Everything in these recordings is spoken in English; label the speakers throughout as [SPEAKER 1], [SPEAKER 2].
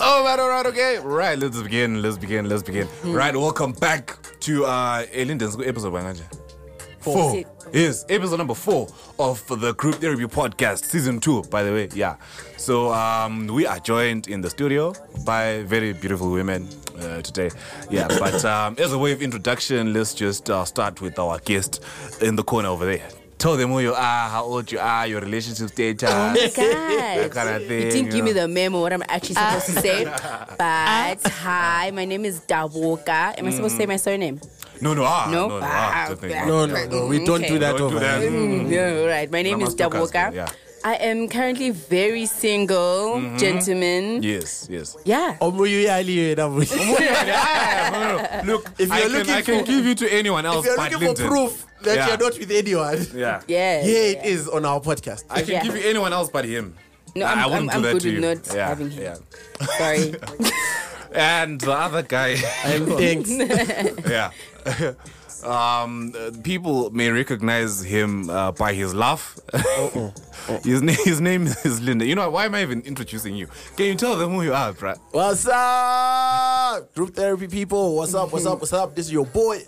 [SPEAKER 1] All Oh, right, all right, okay. Right, let's begin, let's begin, let's begin.
[SPEAKER 2] Hmm.
[SPEAKER 1] Right, welcome back to uh Elinden's episode manager. Four.
[SPEAKER 2] Six.
[SPEAKER 1] Yes, episode number four of the Group Therapy Podcast, season two, by the way. Yeah. So um we are joined in the studio by very beautiful women uh, today. Yeah, but um as a way of introduction, let's just uh, start with our guest in the corner over there. Tell them who you are, how old you are, your relationship status. that kind of thing.
[SPEAKER 2] Oh You didn't
[SPEAKER 1] you
[SPEAKER 2] give
[SPEAKER 1] know.
[SPEAKER 2] me the memo what I'm actually supposed to say.
[SPEAKER 1] Ah.
[SPEAKER 2] But hi, my name is Dawoka. Am I supposed to say my surname?
[SPEAKER 1] No, no, Mm. ah,
[SPEAKER 2] No?
[SPEAKER 1] no, no,
[SPEAKER 2] Ah,
[SPEAKER 1] ah, definitely
[SPEAKER 2] okay.
[SPEAKER 1] not.
[SPEAKER 3] No, no, no. We don't
[SPEAKER 2] Okay.
[SPEAKER 3] do
[SPEAKER 1] Don't
[SPEAKER 3] that
[SPEAKER 1] do
[SPEAKER 3] over
[SPEAKER 1] that.
[SPEAKER 2] Mm.
[SPEAKER 3] here.
[SPEAKER 2] No, right. My name is
[SPEAKER 1] Namaste,
[SPEAKER 2] Dawoka.
[SPEAKER 1] yeah. Mm-hmm.
[SPEAKER 2] I am currently very single, gentleman.
[SPEAKER 1] Yes, yes.
[SPEAKER 2] Yeah.
[SPEAKER 3] Oh, Omuyuyali yena, boy.
[SPEAKER 1] Yeah, no, no, no. Look,
[SPEAKER 3] If you're
[SPEAKER 1] I can,
[SPEAKER 3] looking
[SPEAKER 1] I can
[SPEAKER 3] for-
[SPEAKER 1] give you to anyone else.
[SPEAKER 3] If you're
[SPEAKER 1] but
[SPEAKER 3] looking for
[SPEAKER 1] Linton.
[SPEAKER 3] proof that
[SPEAKER 1] Yeah.
[SPEAKER 3] you're not with anyone,
[SPEAKER 1] yeah,
[SPEAKER 2] Yes.
[SPEAKER 3] here it is on our podcast.
[SPEAKER 1] I can
[SPEAKER 2] Yeah.
[SPEAKER 1] give you anyone else but him.
[SPEAKER 2] No,
[SPEAKER 1] I
[SPEAKER 2] I'm-
[SPEAKER 1] wouldn't
[SPEAKER 2] I'm-
[SPEAKER 1] do
[SPEAKER 2] I'm
[SPEAKER 1] that
[SPEAKER 2] good
[SPEAKER 1] to you.
[SPEAKER 2] with not
[SPEAKER 1] yeah,
[SPEAKER 2] having him.
[SPEAKER 1] yeah.
[SPEAKER 2] Sorry.
[SPEAKER 1] And the other guy,
[SPEAKER 3] And thanks.
[SPEAKER 1] yeah. Um, uh, people may recognize him uh, by his laugh.
[SPEAKER 3] Uh-uh.
[SPEAKER 1] his, na- his name is Linda. You know why am I even introducing you? Can you tell them who you are, bruh?
[SPEAKER 3] What's up, group therapy people? What's up? What's up? What's up? This is your boy,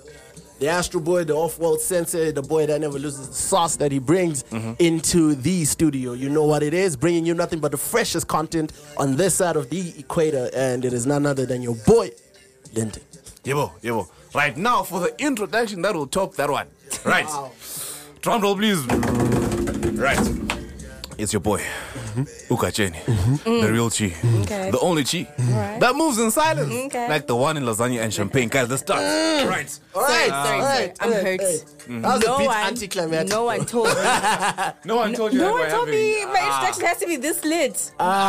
[SPEAKER 3] the Astro Boy, the off-world sensei, the boy that never loses the sauce that he brings
[SPEAKER 1] Mm-hmm.
[SPEAKER 3] into the studio. You know what it is? Bringing you nothing but the freshest content on this side of the equator, and it is none other than your boy, Linton.
[SPEAKER 1] Yebo, yebo. Right now for the introduction that will top that one. Right. Drum roll, please. Right. It's your boy, Uka Cheni, the real Chi,
[SPEAKER 2] Mm-hmm. Okay.
[SPEAKER 1] the only Chi
[SPEAKER 2] Alright.
[SPEAKER 1] that moves in silence,
[SPEAKER 2] Okay. Mm.
[SPEAKER 1] like the one in lasagna and champagne. Guys, let's start. Right.
[SPEAKER 3] All right,
[SPEAKER 2] Sorry, sorry,
[SPEAKER 3] all right,
[SPEAKER 2] sorry. I'm
[SPEAKER 3] all right,
[SPEAKER 2] hurt.
[SPEAKER 3] all right. That was a bit
[SPEAKER 2] one-
[SPEAKER 3] anticlimactic.
[SPEAKER 2] No one told me.
[SPEAKER 1] No one told
[SPEAKER 2] no one told me my
[SPEAKER 1] Ah.
[SPEAKER 2] introduction has to be this lit. Come on now.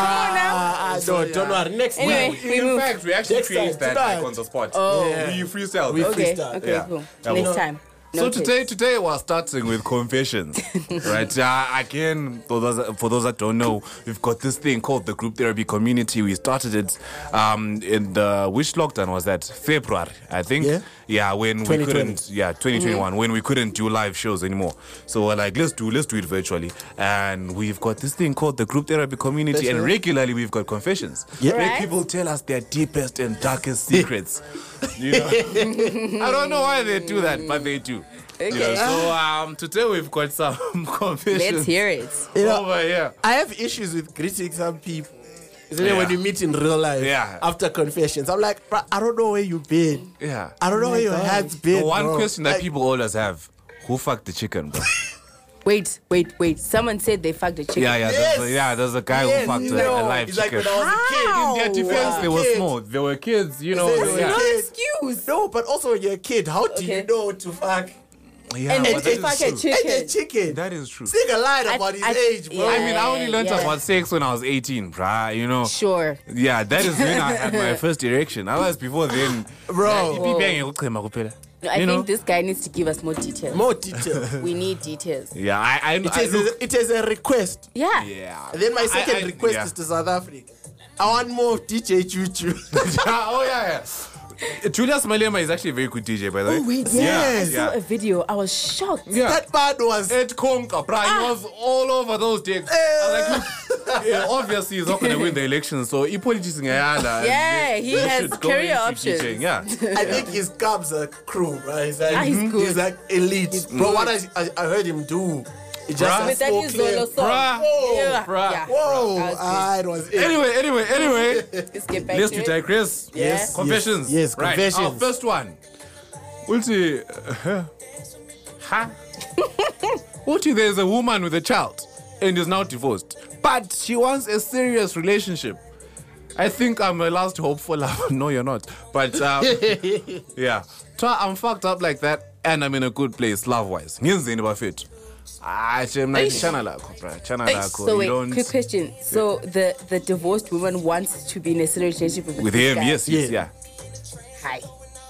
[SPEAKER 3] Ah, ah, no, don't worry. Next
[SPEAKER 2] Anyway.
[SPEAKER 3] week.
[SPEAKER 2] We
[SPEAKER 1] in
[SPEAKER 2] move.
[SPEAKER 1] fact, we actually
[SPEAKER 3] Next time,
[SPEAKER 1] created that
[SPEAKER 3] tonight.
[SPEAKER 1] like, on the spot.
[SPEAKER 2] Oh.
[SPEAKER 3] Yeah.
[SPEAKER 1] We freestyle.
[SPEAKER 3] We
[SPEAKER 1] that.
[SPEAKER 2] Okay,
[SPEAKER 3] freestyle.
[SPEAKER 2] okay,
[SPEAKER 1] Yeah.
[SPEAKER 2] cool.
[SPEAKER 1] Yeah,
[SPEAKER 2] Next
[SPEAKER 1] well-
[SPEAKER 2] time.
[SPEAKER 1] So
[SPEAKER 2] Noted.
[SPEAKER 1] today, today we're starting with confessions, right? Uh, again, for those for those that don't know, we've got this thing called the group therapy community. We started it um, in the which lockdown was that? February, I think.
[SPEAKER 3] Yeah. Mm-hmm.
[SPEAKER 1] when we
[SPEAKER 3] 2020.
[SPEAKER 1] couldn't, yeah, 2021, when we couldn't do live shows anymore. So we're like, let's do let's do it virtually, and we've got this thing called the group therapy community,
[SPEAKER 3] That's
[SPEAKER 1] and
[SPEAKER 3] right.
[SPEAKER 1] regularly we've got confessions.
[SPEAKER 3] Yeah.
[SPEAKER 1] Where
[SPEAKER 2] Right.
[SPEAKER 1] people tell us their deepest and darkest secrets. you know. I don't know why they do that, but they do. You know,
[SPEAKER 2] Okay. Ah.
[SPEAKER 1] so um, today we've got some confessions.
[SPEAKER 2] Let's hear it.
[SPEAKER 3] You know,
[SPEAKER 1] Over here.
[SPEAKER 3] I have issues with greeting some people. Isn't it
[SPEAKER 1] Yeah.
[SPEAKER 3] when you meet in real life?
[SPEAKER 1] Yeah.
[SPEAKER 3] After confessions, I'm like, "Bruh, I don't know where you've been.
[SPEAKER 1] Yeah.
[SPEAKER 3] I don't know where your head's been.
[SPEAKER 1] The one
[SPEAKER 3] bro."
[SPEAKER 1] question that
[SPEAKER 3] Like,
[SPEAKER 1] people always have: Who fucked the chicken, bro?
[SPEAKER 2] Wait, wait, wait. Someone said they fucked the chicken.
[SPEAKER 1] yeah, yeah,
[SPEAKER 3] Yes.
[SPEAKER 1] there's a, yeah. There's a guy
[SPEAKER 3] yes,
[SPEAKER 1] who fucked a-
[SPEAKER 3] no.
[SPEAKER 1] a live
[SPEAKER 3] It's like
[SPEAKER 1] chicken.
[SPEAKER 3] when I was a kid.
[SPEAKER 2] How?
[SPEAKER 1] in their defense,
[SPEAKER 3] Wow.
[SPEAKER 1] they were
[SPEAKER 3] Kid.
[SPEAKER 1] small. They were kids, you know.
[SPEAKER 3] They were
[SPEAKER 1] yeah.
[SPEAKER 3] kids.
[SPEAKER 2] No excuse.
[SPEAKER 3] No, but also when you're a kid, how do
[SPEAKER 2] Okay.
[SPEAKER 3] you know to fuck?
[SPEAKER 1] yeah
[SPEAKER 2] And
[SPEAKER 1] but
[SPEAKER 2] they
[SPEAKER 1] that is
[SPEAKER 2] fuck a
[SPEAKER 1] true.
[SPEAKER 2] chick- Chicken.
[SPEAKER 3] And a chicken.
[SPEAKER 1] That is true.
[SPEAKER 3] Sing a line
[SPEAKER 2] I-
[SPEAKER 3] about his
[SPEAKER 2] I-
[SPEAKER 3] age, bro.
[SPEAKER 1] I mean, I only learned
[SPEAKER 2] Yeah.
[SPEAKER 1] about sex when I was 18, bruh. You know.
[SPEAKER 2] Sure.
[SPEAKER 1] Yeah, that is when I had my first erection. Otherwise, before then,
[SPEAKER 3] Bro.
[SPEAKER 1] ipi bang yokuchema kuphela.
[SPEAKER 2] No, I
[SPEAKER 1] You know?
[SPEAKER 2] think this guy needs to give us more details.
[SPEAKER 3] More detail.
[SPEAKER 2] We need details.
[SPEAKER 1] Yeah, I, I,
[SPEAKER 3] It
[SPEAKER 1] I
[SPEAKER 3] is,
[SPEAKER 1] look-
[SPEAKER 3] a, it is a request.
[SPEAKER 2] Yeah.
[SPEAKER 1] Yeah.
[SPEAKER 3] And then my second
[SPEAKER 1] I- I-
[SPEAKER 3] request
[SPEAKER 1] yeah.
[SPEAKER 3] is to South Africa. I want more of DJ Choo Choo.
[SPEAKER 1] oh yeah, yeah. Julius Malema is actually a very good DJ, by the way.
[SPEAKER 2] Oh, wait,
[SPEAKER 1] yeah,
[SPEAKER 3] yes.
[SPEAKER 2] I
[SPEAKER 1] yeah.
[SPEAKER 2] saw a video. I was shocked.
[SPEAKER 1] yeah.
[SPEAKER 3] That man was.
[SPEAKER 1] Ed Conker, bruh,
[SPEAKER 2] Ah.
[SPEAKER 1] he was all over those days.
[SPEAKER 3] Eh.
[SPEAKER 1] I was like, look, yeah, obviously he's not going to win the election, so he politics in Ayala.
[SPEAKER 2] Yeah, he has career options.
[SPEAKER 1] Yeah.
[SPEAKER 3] I think his cubs are crew, right? He's like,
[SPEAKER 2] Ah, he's good.
[SPEAKER 3] like elite. Bro,
[SPEAKER 2] good.
[SPEAKER 3] what I, I, I heard him do, it just
[SPEAKER 1] Bruh.
[SPEAKER 2] But that
[SPEAKER 3] so
[SPEAKER 2] is
[SPEAKER 3] clear.
[SPEAKER 2] Zolo song.
[SPEAKER 1] Bruh.
[SPEAKER 2] Yeah.
[SPEAKER 1] Bruh.
[SPEAKER 2] Yeah.
[SPEAKER 3] Whoa,
[SPEAKER 2] That was good.
[SPEAKER 3] ah, it was it.
[SPEAKER 1] Anyway, anyway, anyway.
[SPEAKER 2] Let's get back
[SPEAKER 1] Let's
[SPEAKER 2] to
[SPEAKER 1] to
[SPEAKER 2] it.
[SPEAKER 1] digress.
[SPEAKER 2] Yes, yes,
[SPEAKER 1] Confessions.
[SPEAKER 3] yes,
[SPEAKER 1] Right, Our
[SPEAKER 3] confessions.
[SPEAKER 1] first one. Ulti. uh, Huh? Ulti, there's a woman with a child and is now divorced. But she wants a serious relationship. I think I'm a last hope for love. No, you're not. But um, yeah. So I'm fucked up like that and I'm in a good place love wise. Ngiyenzeni bafethu? Ah, shem, na-
[SPEAKER 2] Eish.
[SPEAKER 1] channel lakho, bruh. Channel lakho.
[SPEAKER 2] So
[SPEAKER 1] You
[SPEAKER 2] wait,
[SPEAKER 1] don't-
[SPEAKER 2] quick question. So the the divorced woman wants to be in a serious relationship with,
[SPEAKER 1] With
[SPEAKER 2] this
[SPEAKER 1] him,
[SPEAKER 2] guy.
[SPEAKER 1] yes, yes,
[SPEAKER 3] Yeah.
[SPEAKER 1] yeah.
[SPEAKER 2] Hi.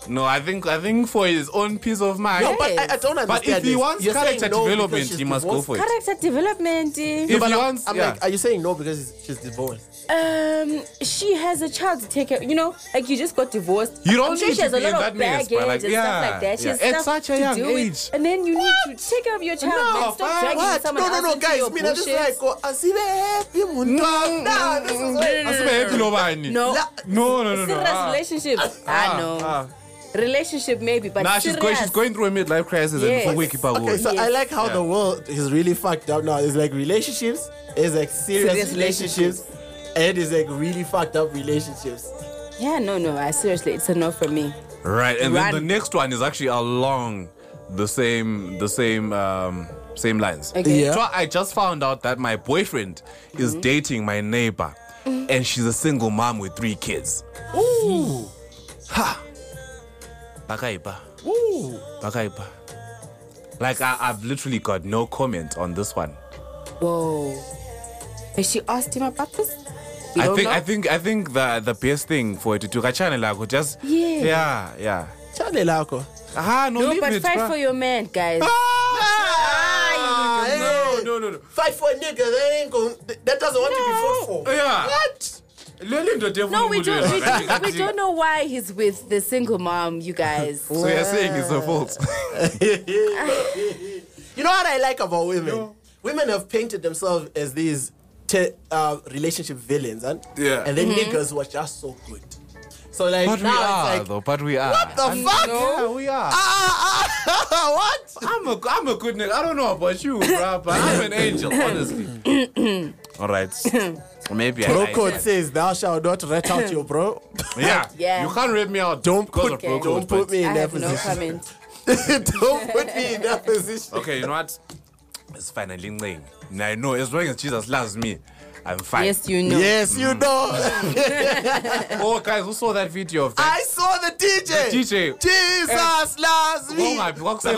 [SPEAKER 1] No, I think I think for his own peace of mind.
[SPEAKER 3] No, but I, I don't understand.
[SPEAKER 1] But if he
[SPEAKER 3] this.
[SPEAKER 1] wants
[SPEAKER 3] You're saying
[SPEAKER 1] character
[SPEAKER 3] no because
[SPEAKER 1] development,
[SPEAKER 3] she's
[SPEAKER 1] he must go
[SPEAKER 3] divorced?
[SPEAKER 1] for it.
[SPEAKER 2] Character development. eh?
[SPEAKER 1] If
[SPEAKER 3] But
[SPEAKER 1] he
[SPEAKER 3] I'm-
[SPEAKER 1] wants,
[SPEAKER 3] I'm
[SPEAKER 1] yeah.
[SPEAKER 3] like, are you saying no because he's- she's divorced?
[SPEAKER 2] Um, she has a child to take care. You know, like you just got divorced.
[SPEAKER 1] You don't
[SPEAKER 2] I'm sure
[SPEAKER 1] need
[SPEAKER 2] she
[SPEAKER 1] to
[SPEAKER 2] has a
[SPEAKER 1] be in
[SPEAKER 2] lot
[SPEAKER 1] that
[SPEAKER 2] of
[SPEAKER 1] mess,
[SPEAKER 2] baggage
[SPEAKER 1] but like,
[SPEAKER 2] and
[SPEAKER 1] yeah,
[SPEAKER 2] stuff like that. She has
[SPEAKER 1] yeah. At
[SPEAKER 2] stuff
[SPEAKER 1] such a
[SPEAKER 2] to
[SPEAKER 1] young
[SPEAKER 2] deal
[SPEAKER 1] age.
[SPEAKER 2] With. And then you need to take care of your child. man. Stop dragging
[SPEAKER 3] What?
[SPEAKER 2] someone
[SPEAKER 3] No, no,
[SPEAKER 2] else
[SPEAKER 3] no,
[SPEAKER 2] into
[SPEAKER 3] guys.
[SPEAKER 2] your
[SPEAKER 3] Mina, this is
[SPEAKER 2] bushes.
[SPEAKER 3] like, oh, asibe happy
[SPEAKER 1] No,
[SPEAKER 3] muntwa. Nah, this
[SPEAKER 1] mm,
[SPEAKER 3] is like,
[SPEAKER 1] Asibe happy nobani.
[SPEAKER 2] No.
[SPEAKER 3] La-
[SPEAKER 1] No, no, no, no.
[SPEAKER 2] serious
[SPEAKER 1] Ah,
[SPEAKER 2] relationship. I know.
[SPEAKER 1] ah.
[SPEAKER 2] Relationship maybe, but
[SPEAKER 1] Nah, she's
[SPEAKER 2] serious.
[SPEAKER 1] going, she's going through a midlife crisis
[SPEAKER 2] Yes.
[SPEAKER 1] and we keep her
[SPEAKER 3] Okay,
[SPEAKER 1] going.
[SPEAKER 3] so I
[SPEAKER 2] Yes.
[SPEAKER 3] like how the world is really fucked up now. It's like relationships, it's like serious,
[SPEAKER 2] Serious
[SPEAKER 3] relationships, and it's like really fucked up relationships.
[SPEAKER 2] Yeah, no, no. I seriously, it's a no for me.
[SPEAKER 1] Right, and then the
[SPEAKER 2] Run.
[SPEAKER 1] next one is actually along the same the same um, same lines.
[SPEAKER 2] Okay.
[SPEAKER 3] Yeah.
[SPEAKER 1] So I just found out that my boyfriend
[SPEAKER 2] Mm-hmm.
[SPEAKER 1] is dating my neighbor, and she's a single mom with three kids.
[SPEAKER 3] Ooh,
[SPEAKER 1] Ha! Bakaiba,
[SPEAKER 3] ooh.
[SPEAKER 1] bakaiba. Like I, I've literally got no comment on this one.
[SPEAKER 2] Whoa. But she asked him about this. You
[SPEAKER 1] I
[SPEAKER 2] don't
[SPEAKER 1] think
[SPEAKER 2] know?
[SPEAKER 1] I think I think the the best thing for it to do, channel like just
[SPEAKER 2] Yeah.
[SPEAKER 1] yeah yeah.
[SPEAKER 3] Channel lakho.
[SPEAKER 1] Ah no,
[SPEAKER 2] No,
[SPEAKER 1] leave
[SPEAKER 2] but
[SPEAKER 1] it,
[SPEAKER 2] fight
[SPEAKER 1] bruh.
[SPEAKER 2] for your man, guys.
[SPEAKER 1] Ah!
[SPEAKER 3] Ah,
[SPEAKER 1] no,
[SPEAKER 3] hey.
[SPEAKER 1] no, no, no.
[SPEAKER 3] Fight for a nigga that ain't going that doesn't want
[SPEAKER 2] No.
[SPEAKER 3] to be fought for.
[SPEAKER 1] Yeah.
[SPEAKER 3] What?
[SPEAKER 2] No, we don't. We, don't- we don't know why he's with the single mom, you guys.
[SPEAKER 1] So you're saying it's her fault?
[SPEAKER 3] You know what I like about women? Women have painted themselves as these te- uh, relationship villains, and
[SPEAKER 1] Yeah.
[SPEAKER 3] and then
[SPEAKER 2] Mm-hmm.
[SPEAKER 3] niggas were just so good. So like
[SPEAKER 1] but we
[SPEAKER 3] now
[SPEAKER 1] are,
[SPEAKER 3] it's like
[SPEAKER 1] though. But we are.
[SPEAKER 3] what the
[SPEAKER 1] And-
[SPEAKER 3] fuck?
[SPEAKER 1] Yeah, we are.
[SPEAKER 3] Ah, ah, ah, what?
[SPEAKER 1] I'm a, I'm a good nigga. I don't know about you, bro, but I'm an angel, honestly. All right. Maybe I.
[SPEAKER 3] Bro
[SPEAKER 1] I-
[SPEAKER 3] code says thou shalt not rat out your bro.
[SPEAKER 1] Yeah.
[SPEAKER 2] Yeah.
[SPEAKER 1] You can't rip me out.
[SPEAKER 3] Don't
[SPEAKER 1] because
[SPEAKER 3] put
[SPEAKER 1] of bro
[SPEAKER 3] don't
[SPEAKER 1] code,
[SPEAKER 3] put
[SPEAKER 1] but-
[SPEAKER 3] me
[SPEAKER 2] I
[SPEAKER 3] in that
[SPEAKER 2] have no
[SPEAKER 3] position.
[SPEAKER 2] comment.
[SPEAKER 3] don't put me in that position.
[SPEAKER 1] Okay, you know what? It's finally Ling. Now I know as long as Jesus loves me, I'm fine.
[SPEAKER 2] Yes, you know.
[SPEAKER 3] Yes,
[SPEAKER 1] Mm.
[SPEAKER 3] you know.
[SPEAKER 1] Oh, guys, who saw that video of that?
[SPEAKER 3] I saw the DJ.
[SPEAKER 1] The DJ.
[SPEAKER 3] Jesus loves me.
[SPEAKER 1] Oh my- eh, what's that?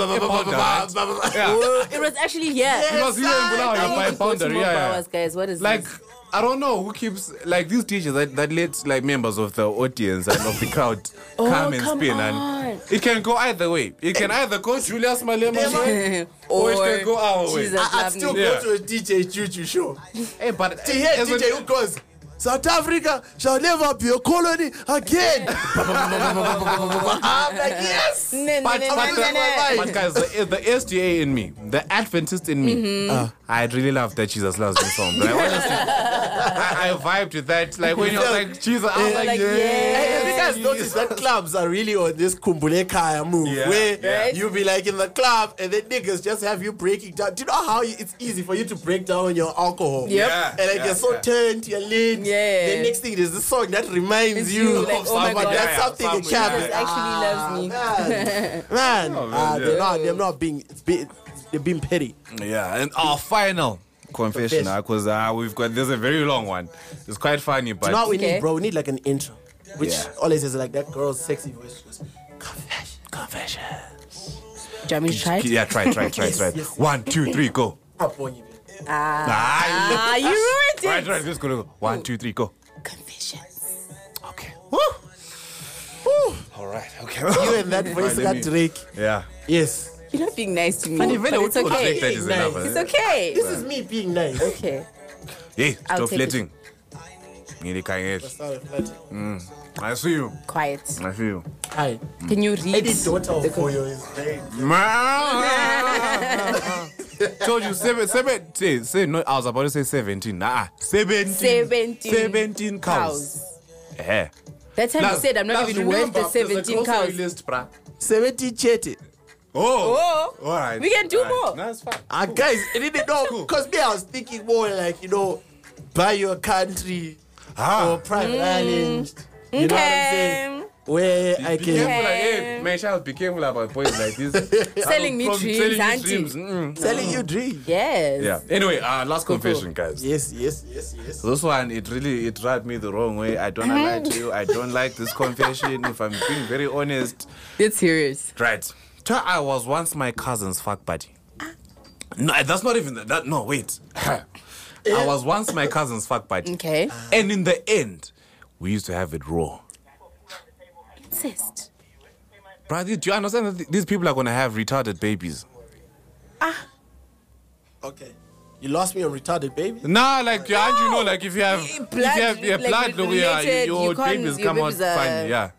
[SPEAKER 1] Yeah.
[SPEAKER 2] It was actually yeah.
[SPEAKER 1] It was here in Bulawayo
[SPEAKER 2] I
[SPEAKER 1] by
[SPEAKER 2] need to go to
[SPEAKER 1] boundary,
[SPEAKER 2] more
[SPEAKER 1] yeah.
[SPEAKER 2] hours, guys. What is
[SPEAKER 1] like
[SPEAKER 2] this?
[SPEAKER 1] I don't know who keeps like these teachers that, that let like members of the audience and of the crowd
[SPEAKER 2] Oh,
[SPEAKER 1] come and
[SPEAKER 2] come
[SPEAKER 1] spin
[SPEAKER 2] on.
[SPEAKER 1] and it can go either way. It can either go Julius Malema way, or, it
[SPEAKER 2] Or
[SPEAKER 1] can go our way.
[SPEAKER 2] Jesus.
[SPEAKER 3] I, I'd still
[SPEAKER 1] Yeah.
[SPEAKER 3] go to a DJ Juju show.
[SPEAKER 1] Hey, but
[SPEAKER 3] To hear
[SPEAKER 1] as a-
[SPEAKER 3] DJ who goes, South Africa shall never be a colony again. I'm like, yes.
[SPEAKER 2] Nah, nah,
[SPEAKER 1] but,
[SPEAKER 2] nah,
[SPEAKER 1] but,
[SPEAKER 2] nah,
[SPEAKER 1] the-
[SPEAKER 2] nah, nah.
[SPEAKER 1] but guys, the, the SDA in me, the Adventist in me,
[SPEAKER 2] Mm-hmm.
[SPEAKER 1] I really love that Jesus loves me song. Like, honestly, I, I vibed with that. Like when you're like Jesus, I was like,
[SPEAKER 2] Like,
[SPEAKER 1] yeah.
[SPEAKER 2] yeah.
[SPEAKER 3] Have you guys noticed that clubs are really on this Kumbulekaya move
[SPEAKER 1] Yeah,
[SPEAKER 3] where
[SPEAKER 1] yeah.
[SPEAKER 2] Right?
[SPEAKER 3] you be like in the club and then niggas just have you breaking down? Do you know how you, it's easy for you to break down your alcohol?
[SPEAKER 2] Yep.
[SPEAKER 1] Yeah,
[SPEAKER 3] And like
[SPEAKER 1] yeah,
[SPEAKER 3] you're so
[SPEAKER 1] yeah.
[SPEAKER 3] turned, you're lit.
[SPEAKER 2] Yeah.
[SPEAKER 3] The next thing there's a song that reminds
[SPEAKER 2] It's
[SPEAKER 3] you
[SPEAKER 2] you, like,
[SPEAKER 3] of
[SPEAKER 2] oh my
[SPEAKER 3] something.
[SPEAKER 2] God.
[SPEAKER 3] That's
[SPEAKER 1] Yeah,
[SPEAKER 3] something in
[SPEAKER 1] something,
[SPEAKER 3] cab.
[SPEAKER 1] yeah.
[SPEAKER 2] Jesus actually loves me.
[SPEAKER 3] man, man.
[SPEAKER 1] Oh, man,
[SPEAKER 3] Ah, they're
[SPEAKER 1] yeah.
[SPEAKER 3] not they're not being it's be, they're being petty.
[SPEAKER 1] Yeah, and our final confession
[SPEAKER 3] Confession.
[SPEAKER 1] because uh, we've got there's a very long one. It's quite funny, but
[SPEAKER 3] You know what we
[SPEAKER 2] Okay.
[SPEAKER 3] need, bro? We need like an intro, which
[SPEAKER 1] Yeah.
[SPEAKER 3] always is like that girl's sexy voice. She goes, Confession.
[SPEAKER 1] confession.
[SPEAKER 2] Jamie tried.
[SPEAKER 1] Yeah, try, try, try, try.
[SPEAKER 3] yes.
[SPEAKER 1] One, two, three, go.
[SPEAKER 3] Up on you, man.
[SPEAKER 1] Ah,
[SPEAKER 2] Ah, you ruined it.
[SPEAKER 1] right, right, just go, go. One, two, three, go.
[SPEAKER 2] Confessions.
[SPEAKER 1] Okay.
[SPEAKER 3] Woo! Woo!
[SPEAKER 1] All right. Okay.
[SPEAKER 3] You and that voice
[SPEAKER 1] Right, let
[SPEAKER 3] got
[SPEAKER 1] me-
[SPEAKER 3] Drake.
[SPEAKER 1] Yeah.
[SPEAKER 3] Yes.
[SPEAKER 2] You're not being nice to me.
[SPEAKER 1] And
[SPEAKER 2] but it's okay.
[SPEAKER 1] that is
[SPEAKER 3] Nice.
[SPEAKER 1] enough.
[SPEAKER 2] It's
[SPEAKER 1] eh?
[SPEAKER 2] okay.
[SPEAKER 3] This is me being nice.
[SPEAKER 2] okay.
[SPEAKER 1] Hey,
[SPEAKER 2] I'll
[SPEAKER 1] stop
[SPEAKER 2] take it.
[SPEAKER 1] flirting. Nearly can't get.
[SPEAKER 3] Sorry, flattery.
[SPEAKER 1] I see you.
[SPEAKER 2] Quiet.
[SPEAKER 1] I see you.
[SPEAKER 3] Hi.
[SPEAKER 2] Can you read?
[SPEAKER 3] Any daughter of Koyo is very
[SPEAKER 1] Told you seven, seven, say, say, no, I was about to say 17. Nah, 17.
[SPEAKER 2] 17
[SPEAKER 1] 17 cows. Eh.
[SPEAKER 2] That time you
[SPEAKER 1] Plus-
[SPEAKER 2] said I'm not
[SPEAKER 1] plus
[SPEAKER 2] even worth
[SPEAKER 1] remember,
[SPEAKER 2] the
[SPEAKER 1] there's a
[SPEAKER 2] 17
[SPEAKER 1] grocery
[SPEAKER 2] cows.
[SPEAKER 1] List, bruh.
[SPEAKER 3] 70 chetty.
[SPEAKER 1] Oh,
[SPEAKER 2] Oh,
[SPEAKER 1] all right.
[SPEAKER 2] we can do
[SPEAKER 1] all right.
[SPEAKER 2] more.
[SPEAKER 1] No, it's fine.
[SPEAKER 3] Ah, guys, I didn't know because me, I was thinking more like, you know, buy your country
[SPEAKER 1] Ah.
[SPEAKER 3] or private island. You know what I'm saying?
[SPEAKER 2] Okay.
[SPEAKER 3] Where I
[SPEAKER 1] Be careful,
[SPEAKER 3] can.
[SPEAKER 2] Yeah.
[SPEAKER 1] like, hey, man, child, be careful about boys like this.
[SPEAKER 2] Selling me
[SPEAKER 1] From
[SPEAKER 2] dreams,
[SPEAKER 1] selling you
[SPEAKER 2] auntie.
[SPEAKER 1] dreams, mm.
[SPEAKER 3] Selling you dreams.
[SPEAKER 2] Yes.
[SPEAKER 1] Yeah. Anyway, uh, last confession, guys.
[SPEAKER 3] Yes, yes, yes, yes.
[SPEAKER 1] This one, it really it rubbed me the wrong way. I don't lie to you. I don't like this confession. if I'm being very honest,
[SPEAKER 2] It's serious.
[SPEAKER 1] Right. So I was once my cousin's fuck buddy. No, that's not even that. no, wait. I was once my cousin's fuck buddy.
[SPEAKER 2] Okay.
[SPEAKER 1] And in the end, we used to have it raw.
[SPEAKER 2] Insist.
[SPEAKER 1] Brother, do you understand that th- these people are gonna have retarded babies?
[SPEAKER 3] Okay. You lost me on retarded baby.
[SPEAKER 1] Nah, like yeah, and you know, like if you have
[SPEAKER 2] Y-
[SPEAKER 1] if you
[SPEAKER 2] blood,
[SPEAKER 1] have yeah,
[SPEAKER 2] like,
[SPEAKER 1] blood, look, yeah,
[SPEAKER 2] related,
[SPEAKER 1] your
[SPEAKER 2] you can't-
[SPEAKER 1] babies
[SPEAKER 2] your
[SPEAKER 1] come out
[SPEAKER 2] babies are-
[SPEAKER 1] fine. Yeah.